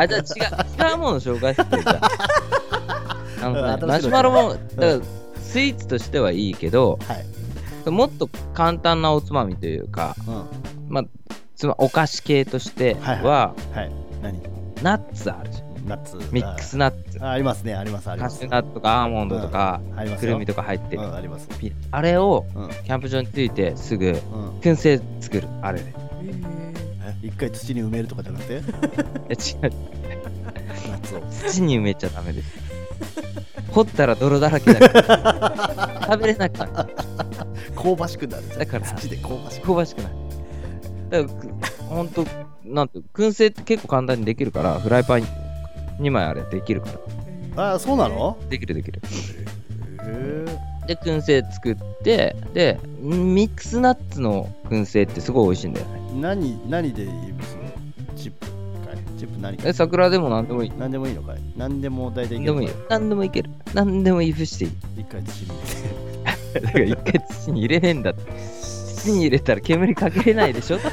Speaker 4: あじゃあ違う違うもの紹介してじ <laughs> ゃああの、ね、
Speaker 2: 新しいのね
Speaker 4: マシュマロもだからスイーツとしてはいいけど
Speaker 2: はい、
Speaker 4: もっと簡単なおつまみというか、
Speaker 2: うん、
Speaker 4: まあ、つまお菓子系として
Speaker 2: は
Speaker 4: は、
Speaker 2: いはい何
Speaker 4: ナッツあるじゃん
Speaker 2: ナッツ
Speaker 4: ミックスナッツ
Speaker 2: あありますねありますあり
Speaker 4: カ
Speaker 2: ます
Speaker 4: シューナッツとかアーモンドとか、
Speaker 2: あります
Speaker 4: く
Speaker 2: よ
Speaker 4: るみとか入ってる、
Speaker 2: うん、あります
Speaker 4: ピあれを
Speaker 2: うんうん
Speaker 4: キャンプ場についてすぐ燻製作る
Speaker 2: <laughs>
Speaker 4: あれで
Speaker 2: え一回土に埋めるとかじゃなく
Speaker 4: <laughs>
Speaker 2: て
Speaker 4: え違う
Speaker 2: 夏を
Speaker 4: 土に埋めちゃダメです掘ったら泥だらけだから
Speaker 2: <laughs>
Speaker 4: 食べれなくなる
Speaker 2: 香ばしくなる
Speaker 4: だから
Speaker 2: 土で香ばしく
Speaker 4: 香ばしくないだからくほんとなんて燻製って結構簡単にできるからフライパン2枚あれできるから
Speaker 2: ああそうなの
Speaker 4: できるできる
Speaker 2: へえ
Speaker 4: で燻製作ってでミックスナッツの燻製ってすごい美味しいんだよね
Speaker 2: 何何でいいですのチップかいチップ何か
Speaker 4: え
Speaker 2: い
Speaker 4: 桜でも何でもいい
Speaker 2: 何でもいいのかい何でも大体いけ
Speaker 4: 何で
Speaker 2: る
Speaker 4: も
Speaker 2: の
Speaker 4: いい
Speaker 2: か
Speaker 4: よ何でもいける何でもいいふしていい
Speaker 2: 一回土に
Speaker 4: だから一回土に入れねえんだって <laughs> 土に入れたら煙かけれない <laughs> でしょ
Speaker 2: す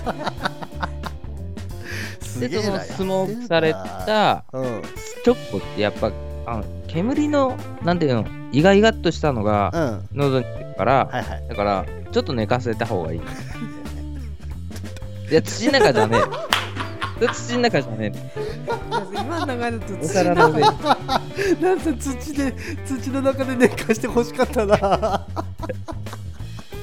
Speaker 4: で
Speaker 2: げえ
Speaker 4: その
Speaker 2: な
Speaker 4: スモークされた
Speaker 2: うん
Speaker 4: チョコってやっぱあの煙のなんていうの意外がっとしたのが
Speaker 2: うんは
Speaker 4: 喉にくるから、
Speaker 2: いはい
Speaker 4: <laughs> だからちょっと寝かせた方 <laughs> がいいいや土の中じゃねえよ土の中じゃね
Speaker 3: 今の流れだと
Speaker 4: えお
Speaker 3: 土
Speaker 4: 皿の上に
Speaker 2: なんと土で土の中で寝かしてほしかったな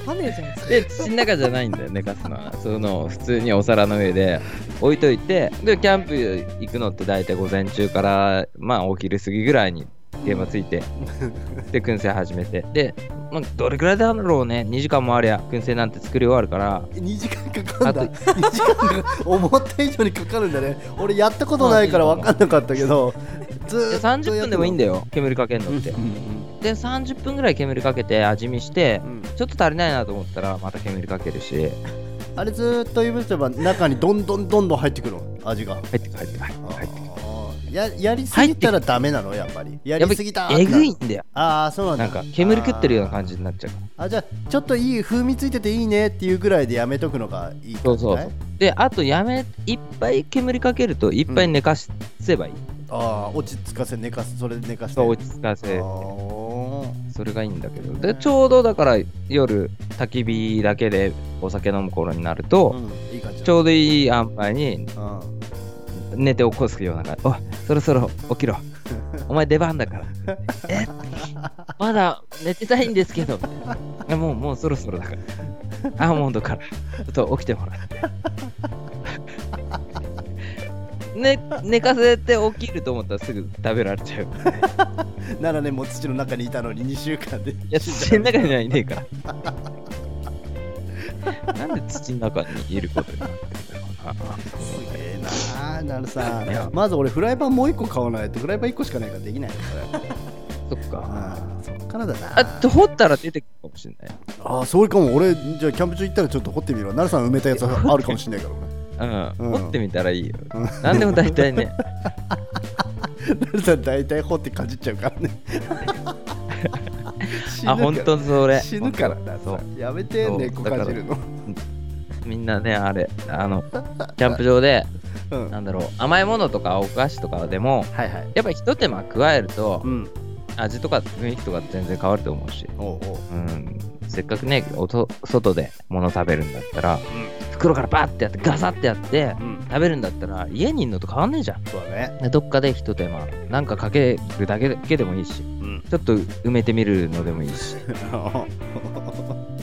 Speaker 3: 跳ねじゃん
Speaker 4: で土の中じゃないんだよ寝かすのはその普通にお皿の上で置いといてでキャンプ行くのって大体午前中からまあお昼過ぎぐらいに現場つい <laughs> てで燻製始めてで、まあ、どれぐらいだろうね2時間もありゃ燻製なんて作り終わるから
Speaker 2: 2時間かかんだ
Speaker 4: あ
Speaker 2: 2時間か思った以上にかかるんだね俺やったことないから分かんなかったけどずー
Speaker 4: で
Speaker 2: っとやって
Speaker 4: 30分でもいいんだよ煙かけるのって
Speaker 2: うんうん
Speaker 4: で30分ぐらい煙かけて味見して
Speaker 2: うん
Speaker 4: ちょっと足りないなと思ったらまた煙かけるし
Speaker 2: あれずーっといぶせば中にどんどんどんどん入ってくるの味が
Speaker 4: 入ってく入ってく入ってく入って
Speaker 2: あーややりすぎたらダメなのやっぱりや
Speaker 4: く
Speaker 2: り
Speaker 4: やっぱ
Speaker 2: すぎた
Speaker 4: りえぐい
Speaker 2: なん
Speaker 4: だよ
Speaker 2: ああそうなんだ
Speaker 4: なんか煙食ってるような感じになっちゃう
Speaker 2: あーあじゃあちょっといい風味ついてていいねっていうぐらいでやめとくのがいいか
Speaker 4: そう
Speaker 2: も
Speaker 4: そうそうであとやめいっぱい煙かけるといっぱい寝かせばいい、
Speaker 2: ああ落ち着かせ寝かすそれで寝かして
Speaker 4: そう落ち着かせ
Speaker 2: あー
Speaker 4: それがいいんだけどでちょうどだから夜焚き火だけでお酒飲む頃になると、
Speaker 2: うんいい感じだ
Speaker 4: ちょうどいい塩梅に
Speaker 2: うん
Speaker 4: 寝て起こすような感じおいそろそろ起きろお前出番だからえまだ寝てたいんですけどいやもうもうそろそろだからアーモンドからちょっと起きてもらって
Speaker 1: ね、寝かせて起きると思ったらすぐ食べられちゃう。
Speaker 2: 7年も土の中にいたのに2週間で
Speaker 1: いや、土の中にはいねえから。なんで土の中にいることになってるのかな。
Speaker 2: すげえなあなるさ
Speaker 1: いや
Speaker 2: んまず俺フライパンもう1個買わないとフライパン1個しかないからできないよこれ
Speaker 1: そっか。
Speaker 2: うんそっからだな
Speaker 1: あと、掘ったら出てくるかもしれない。
Speaker 2: ああそうかも俺じゃあキャンプ場行ったらちょっと掘ってみるわなるさん埋めたやつあるかもし
Speaker 1: <laughs>
Speaker 2: れないからね
Speaker 1: うん、
Speaker 2: うん
Speaker 1: 掘ってみたらいいよ。なんでも大体ね、
Speaker 2: なるさん大体掘ってかじっちゃうからね <laughs> 死ぬか
Speaker 1: <laughs>
Speaker 2: ら
Speaker 1: あ、本当それ。
Speaker 2: 死ぬから
Speaker 1: 本
Speaker 2: な
Speaker 1: 当そう。
Speaker 2: やめて
Speaker 1: そう
Speaker 2: 猫かじるの
Speaker 1: みんなね、あれ、あの、キャンプ場で、
Speaker 2: うん
Speaker 1: なんだろう、甘いものとかお菓子とかでも、
Speaker 2: はいはい
Speaker 1: やっぱりひと手間加えると
Speaker 2: う、ん
Speaker 1: 味とか雰囲気とか全然変わると思うし、
Speaker 2: おうおう
Speaker 1: うん、せっかくね、おと外で物食べるんだったら、袋からバーってやって、ガサってやって、
Speaker 2: うん
Speaker 1: 食べるんだったら、家にいるのと変わんねえじゃん。
Speaker 2: そうだね
Speaker 1: でどっかでひと手間、なんかかけるだけだけでもいいし、
Speaker 2: うん
Speaker 1: ちょっと埋めてみるのでもいいし、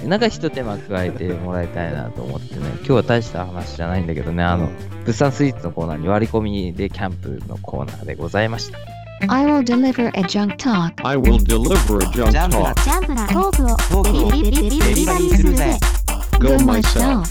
Speaker 1: なんかひと手間加えてもらいたいなと思ってね、今日は大した話じゃないんだけどね、あの、物産スイーツのコーナーに割り込みでキャンプのコーナーでございました。
Speaker 5: I will deliver a junk talk.
Speaker 6: I will deliver a junk talk.
Speaker 5: ジャンプなトークをデリリリリリリバリするぜ。
Speaker 6: Go
Speaker 5: Go
Speaker 6: myself.
Speaker 5: myself.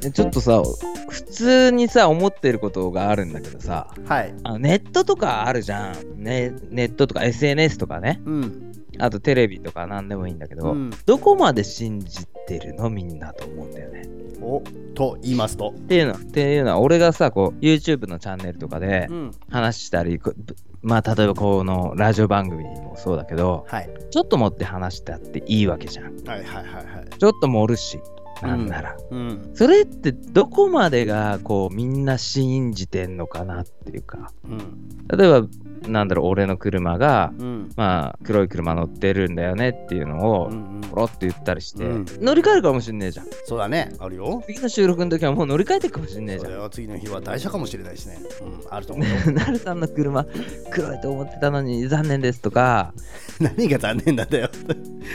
Speaker 1: でちょっとさ、普通にさ、思ってることがあるんだけどさ、
Speaker 2: はい
Speaker 1: あのネットとかあるじゃん、ね。ネットとか SNS とかね。
Speaker 2: うん
Speaker 1: あとテレビとか何でもいいんだけど、
Speaker 2: うん
Speaker 1: どこまで信じてるのみんなと思うんだよね。
Speaker 2: おと言いますと
Speaker 1: っていうのは、っていうのは俺がさ、こう、YouTube のチャンネルとかで
Speaker 2: うん
Speaker 1: 話したり、こまあ、例えばこのラジオ番組もそうだけど、
Speaker 2: はい
Speaker 1: ちょっと持って話したっていいわけじゃん。
Speaker 2: はいはいはいはい
Speaker 1: ちょっと盛るし、なんなら。
Speaker 2: うん
Speaker 1: それってどこまでがこうみんな信じてんのかなっていうか
Speaker 2: うん
Speaker 1: 例えばなんだろう俺の車が
Speaker 2: うん
Speaker 1: まあ黒い車乗ってるんだよねっていうのを
Speaker 2: うんうん
Speaker 1: ポロって言ったりして、
Speaker 2: うん
Speaker 1: 乗り換えるかもしんねえじゃん
Speaker 2: そうだねあるよ
Speaker 1: 次の収録の時はもう乗り換えてるかもしんねえ
Speaker 2: そ
Speaker 1: じ
Speaker 2: れ
Speaker 1: ゃ
Speaker 2: は次の日は台車かもしれないしねうんあると思うよ <laughs>
Speaker 1: んなるさんの車黒いと思ってたのに残念ですとか
Speaker 2: 何が残念なんだよ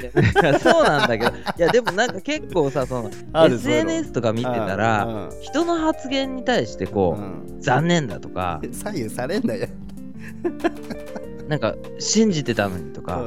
Speaker 1: いや <laughs> そうなんだけどいやでもなんか結構さその
Speaker 2: あるそういうの
Speaker 1: SNS とか見てた
Speaker 2: う
Speaker 1: ら
Speaker 2: ん
Speaker 1: 人の発言に対してこ
Speaker 2: う
Speaker 1: う、
Speaker 2: ん
Speaker 1: 残念だと
Speaker 2: <laughs>
Speaker 1: か
Speaker 2: うん左右されんだよ
Speaker 1: なんか信じてたのにと
Speaker 2: う
Speaker 1: か、
Speaker 2: ん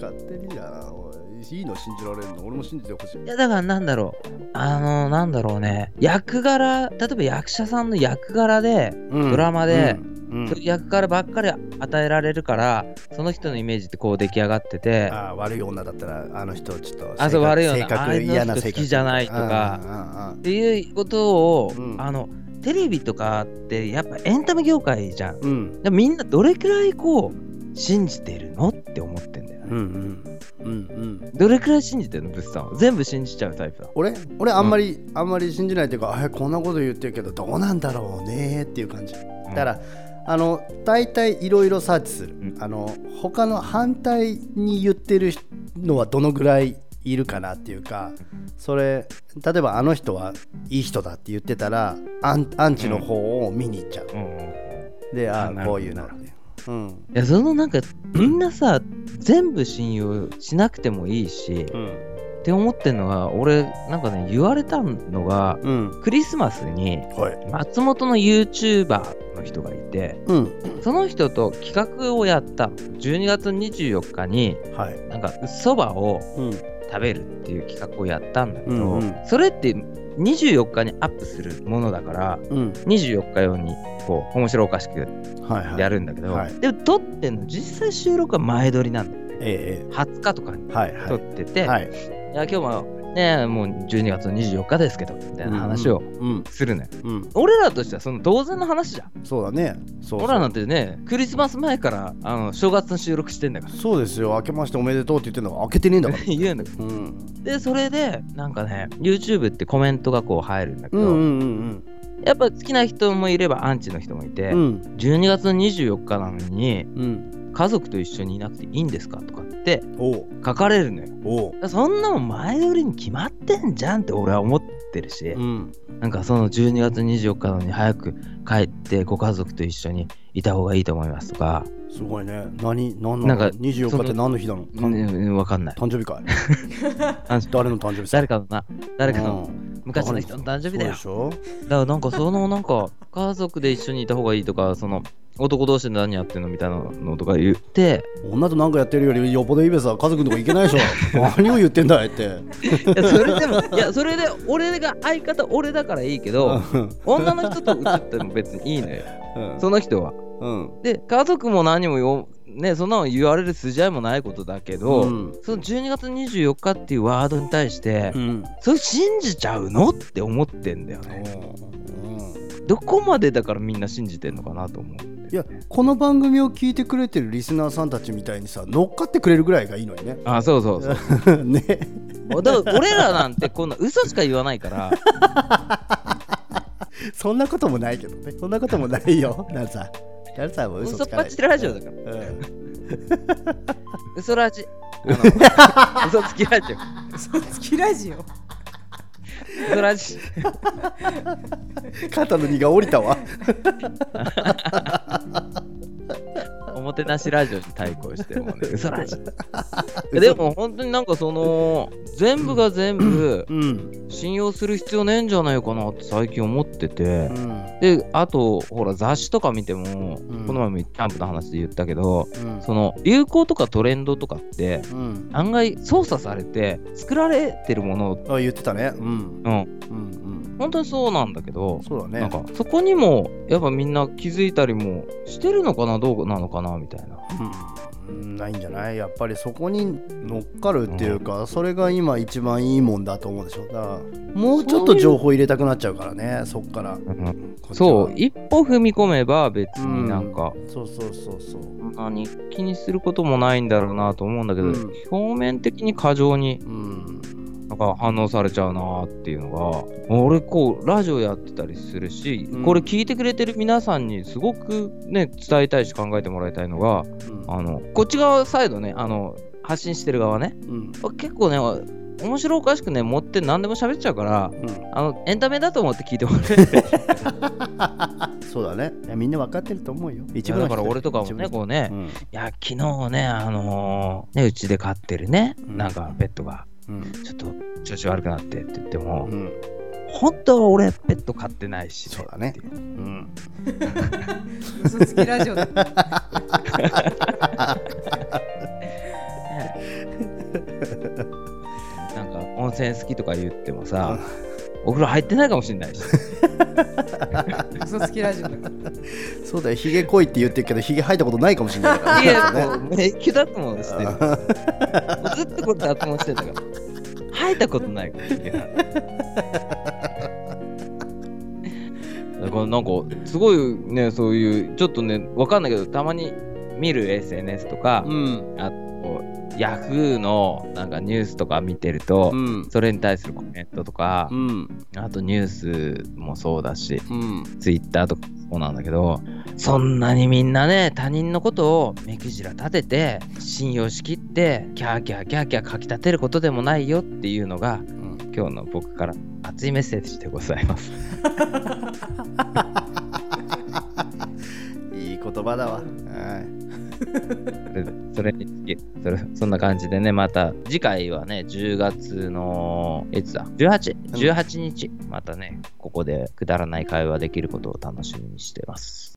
Speaker 2: 勝手にだなおいいいの信じられるの俺も信じてほしい
Speaker 1: いやだからなんだろうあのなんだろうね役柄例えば役者さんの役柄で、ドラマで
Speaker 2: うんうん
Speaker 1: そういう役柄ばっかり与えられるからその人のイメージってこう出来上がってて
Speaker 2: ああ悪い女だったらあの人ちょっと性格
Speaker 1: あそう悪い女
Speaker 2: 性
Speaker 1: ああ
Speaker 2: 格
Speaker 1: いうの
Speaker 2: 嫌な
Speaker 1: 人
Speaker 2: 性
Speaker 1: 好
Speaker 2: 格
Speaker 1: きじゃないとか
Speaker 2: うんうんうん
Speaker 1: っていうことを、
Speaker 2: うん
Speaker 1: あのテレビとかってやっぱエンタメ業界じゃん
Speaker 2: うん
Speaker 1: でみんなどれくらいこう信じてるのって思ってんだよね、
Speaker 2: うんうんうんうん
Speaker 1: どれくらい信じてるの物産を全部信じちゃうタイプだ
Speaker 2: 俺俺あんまり、あんまり信じないというかあこんなこと言ってるけどどうなんだろうねっていう感じだから、あの大体いろいろサーチする、
Speaker 1: うん
Speaker 2: あの他の反対に言ってるのはどのぐらいいるかなっていうかそれ例えばあの人はいい人だって言ってたらアンアンチの方を見に行っちゃう、
Speaker 1: うんうん
Speaker 2: であ
Speaker 1: あなるほど
Speaker 2: こういうのって、うん
Speaker 1: いやそのなんかみんなさ全部信用しなくてもいいし、
Speaker 2: うん
Speaker 1: って思ってんのが俺なんかね言われたのが
Speaker 2: うん
Speaker 1: クリスマスに
Speaker 2: はい
Speaker 1: 松本の YouTuber の人がいて
Speaker 2: うん
Speaker 1: その人と企画をやったの12月24日に
Speaker 2: はい
Speaker 1: なんかそばを
Speaker 2: うん
Speaker 1: 食べるっていう企画をやったんだけど、
Speaker 2: うんうん
Speaker 1: それって24日にアップするものだから
Speaker 2: うん
Speaker 1: 24日用にこう面白おかしく
Speaker 2: はいはい
Speaker 1: やるんだけど、
Speaker 2: はいはい
Speaker 1: でも撮ってんの実際収録は前撮りなんだよ
Speaker 2: え
Speaker 1: 20日とかに
Speaker 2: えええはい
Speaker 1: 撮
Speaker 2: は
Speaker 1: ってて、
Speaker 2: いはい
Speaker 1: いや今日もねもう12月の24日ですけどみたいな話を
Speaker 2: うん
Speaker 1: するのよ、
Speaker 2: うん
Speaker 1: 俺らとしてはその当然の話じゃん
Speaker 2: そうだねそうそう
Speaker 1: 俺らなんてねクリスマス前からあの正月の収録してんだから
Speaker 2: そうですよ明けましておめでとうって言ってんのが明けてねえんだから
Speaker 1: <laughs> 言うんだ
Speaker 2: <laughs> うん
Speaker 1: でそれでなんかね YouTube ってコメントがこう入るんだけ
Speaker 2: う
Speaker 1: ど、
Speaker 2: んうんうん
Speaker 1: やっぱ好きな人もいればアンチの人もいて、
Speaker 2: うんうん
Speaker 1: 12月の24日なのに
Speaker 2: うん
Speaker 1: 家族と一緒にいなくていいんですかとかって
Speaker 2: おう
Speaker 1: 書かれるのよ
Speaker 2: おう
Speaker 1: そんなもん前売りに決まってんじゃんって俺は思ってるし、
Speaker 2: うん
Speaker 1: なんかその12月24日なのに早く帰ってご家族と一緒にいた方がいいと思いますとか、
Speaker 2: すごいね何何
Speaker 1: な
Speaker 2: なんん
Speaker 1: か
Speaker 2: か24日って何の日なの
Speaker 1: うん、わかんない。
Speaker 2: <laughs> 誕生日かい
Speaker 1: あ
Speaker 2: 誰の誕生日
Speaker 1: 誰かのな、誰かの、
Speaker 2: うん
Speaker 1: 昔の人の誕生日だよ。
Speaker 2: そうでし
Speaker 1: だからなんかそのなんか家族で一緒にいた方がいいとかその男同士で何やってんのみたいなのとか言って
Speaker 2: ょ女となんかやってるよりよっぽどいいべさ家族のとこ行けないでし <laughs> ょ何を言ってんだい <laughs> って
Speaker 1: いやそれでも <laughs> いやそれで俺が相方俺だからいいけど女の人と写っても別にいい
Speaker 2: <laughs>
Speaker 1: のよ
Speaker 2: うん
Speaker 1: その人は
Speaker 2: うん
Speaker 1: で家族も何もよねそんなの言われる筋合いもないことだけど、
Speaker 2: うん
Speaker 1: その12月24日っていうワードに対して、
Speaker 2: うん
Speaker 1: それ信じちゃうのって思ってんだよね
Speaker 2: うん
Speaker 1: どこまでだからみんな信じてんのかなと思う
Speaker 2: いやこの番組を聞いてくれてるリスナーさんたちみたいにさ乗っかってくれるぐらいがいいのにね
Speaker 1: あそうそうそう
Speaker 2: <laughs> ね
Speaker 1: だから俺らなんてこんな嘘しか言わないから
Speaker 2: そんなこともないけどねそんなこともないよ <laughs> なるさんなるさんは <laughs> 嘘
Speaker 1: 嘘
Speaker 2: つ
Speaker 1: っ
Speaker 2: かない
Speaker 1: ぱちでラジオだから
Speaker 2: うん
Speaker 1: 嘘ラ <laughs> ジあの嘘つきラジオ
Speaker 3: 嘘つきラジオ
Speaker 1: 嘘ラジ
Speaker 2: 肩の荷が下りたわ
Speaker 1: おもてなしラジオに対抗してもね嘘ラジでも本当になんかその全部が全部
Speaker 2: うん
Speaker 1: 信用する必要ねえんじゃないかなって最近思ってて
Speaker 2: う、ん
Speaker 1: であとほら雑誌とか見ても、
Speaker 2: うん
Speaker 1: この前もキャンプの話で言ったけど
Speaker 2: うん
Speaker 1: その流行とかトレンドとかって
Speaker 2: うん
Speaker 1: 案外操作されて作られてるもの
Speaker 2: あ言ってたねうん
Speaker 1: うん
Speaker 2: うんうん
Speaker 1: 本当にそうなんだけど、
Speaker 2: そうだね
Speaker 1: なんかそこにもやっぱみんな気づいたりもしてるのかなどうなのかなみたいな
Speaker 2: うんないんじゃないやっぱりそこに乗っかるっていうか、それが今一番いいもんだと思うでしょだからもうちょっと情報入れたくなっちゃうからねそっから
Speaker 1: うん
Speaker 2: こっちは
Speaker 1: そう一歩踏み込めば別になんか、
Speaker 2: そうそうそうそう
Speaker 1: そんなに気にすることもないんだろうなと思うんだけど、
Speaker 2: うん
Speaker 1: 表面的に過剰に
Speaker 2: うん
Speaker 1: なんか反応されちゃうなっていうのが俺こうラジオやってたりするし、
Speaker 2: うん
Speaker 1: これ聞いてくれてる皆さんにすごくね伝えたいし考えてもらいたいのがあのこっち側サイドねあの発信してる側ね
Speaker 2: うん
Speaker 1: 結構ね面白おかしくね持って何でも喋っちゃうから
Speaker 2: うん
Speaker 1: あのエンタメだと思って聞いてもら
Speaker 2: <laughs>
Speaker 1: え
Speaker 2: そうだねいやみんな分かってると思うよ一
Speaker 1: 一
Speaker 2: 部
Speaker 1: 部
Speaker 2: の
Speaker 1: だか
Speaker 2: 人
Speaker 1: ら俺とかもねこうね、
Speaker 2: う
Speaker 1: い
Speaker 2: ん
Speaker 1: や昨日ねあのーねうちで飼ってるね、
Speaker 2: うん
Speaker 1: なんかペットが
Speaker 2: うん
Speaker 1: ちょっと調子悪くなってって言っても、
Speaker 2: うん
Speaker 1: 本当は俺ペット飼ってないし、
Speaker 2: そうだねうん
Speaker 3: 嘘つきラジオだ
Speaker 1: なんか温泉好きとか言ってもさ、お風呂入ってないかもしれないし
Speaker 3: 嘘つきラジオだから
Speaker 2: そうだよひげ濃いって言ってるけどひげ生えたことないかもしれないから
Speaker 1: い
Speaker 2: ね
Speaker 1: やもう迷宮脱毛してるもうずっとこれ脱毛してんだから生えたことないからいけないだからなんかすごいねそういうちょっとねわかんないけどたまに見る SNS とか、
Speaker 2: うん
Speaker 1: ヤフーのなんかニュースとか見てると、
Speaker 2: うん
Speaker 1: それに対するコメントとか
Speaker 2: う、ん
Speaker 1: あとニュースもそうだし
Speaker 2: うん
Speaker 1: ツイッターとかもそうなんだけどそんなにみんなね他人のことを目くじら立てて信用しきってキャーキャーキャーキャーかきたてることでもないよっていうのが
Speaker 2: うん
Speaker 1: 今日の僕から熱いメッセージでございます。
Speaker 2: いい言葉だわ。はい
Speaker 1: それそれにつきそれそんな感じでねまた次回はね10月のいつだ1818日またねここでくだらない会話できることを楽しみにしてます。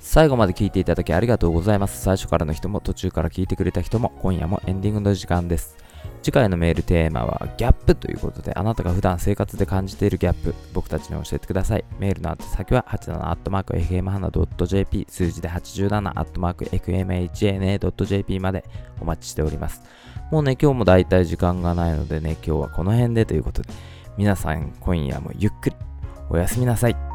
Speaker 1: 最後まで聞いていただきありがとうございます。最初からの人も途中から聞いてくれた人も今夜もエンディングの時間です。次回のメールテーマはギャップということであなたが普段生活で感じているギャップ僕たちに教えてください。メールの宛先は 87-fmhana.jp 数字で 87-fmhana.jp までお待ちしております。もうね今日もだいたい時間がないのでね今日はこの辺でということで皆さん今夜もゆっくりおやすみなさい。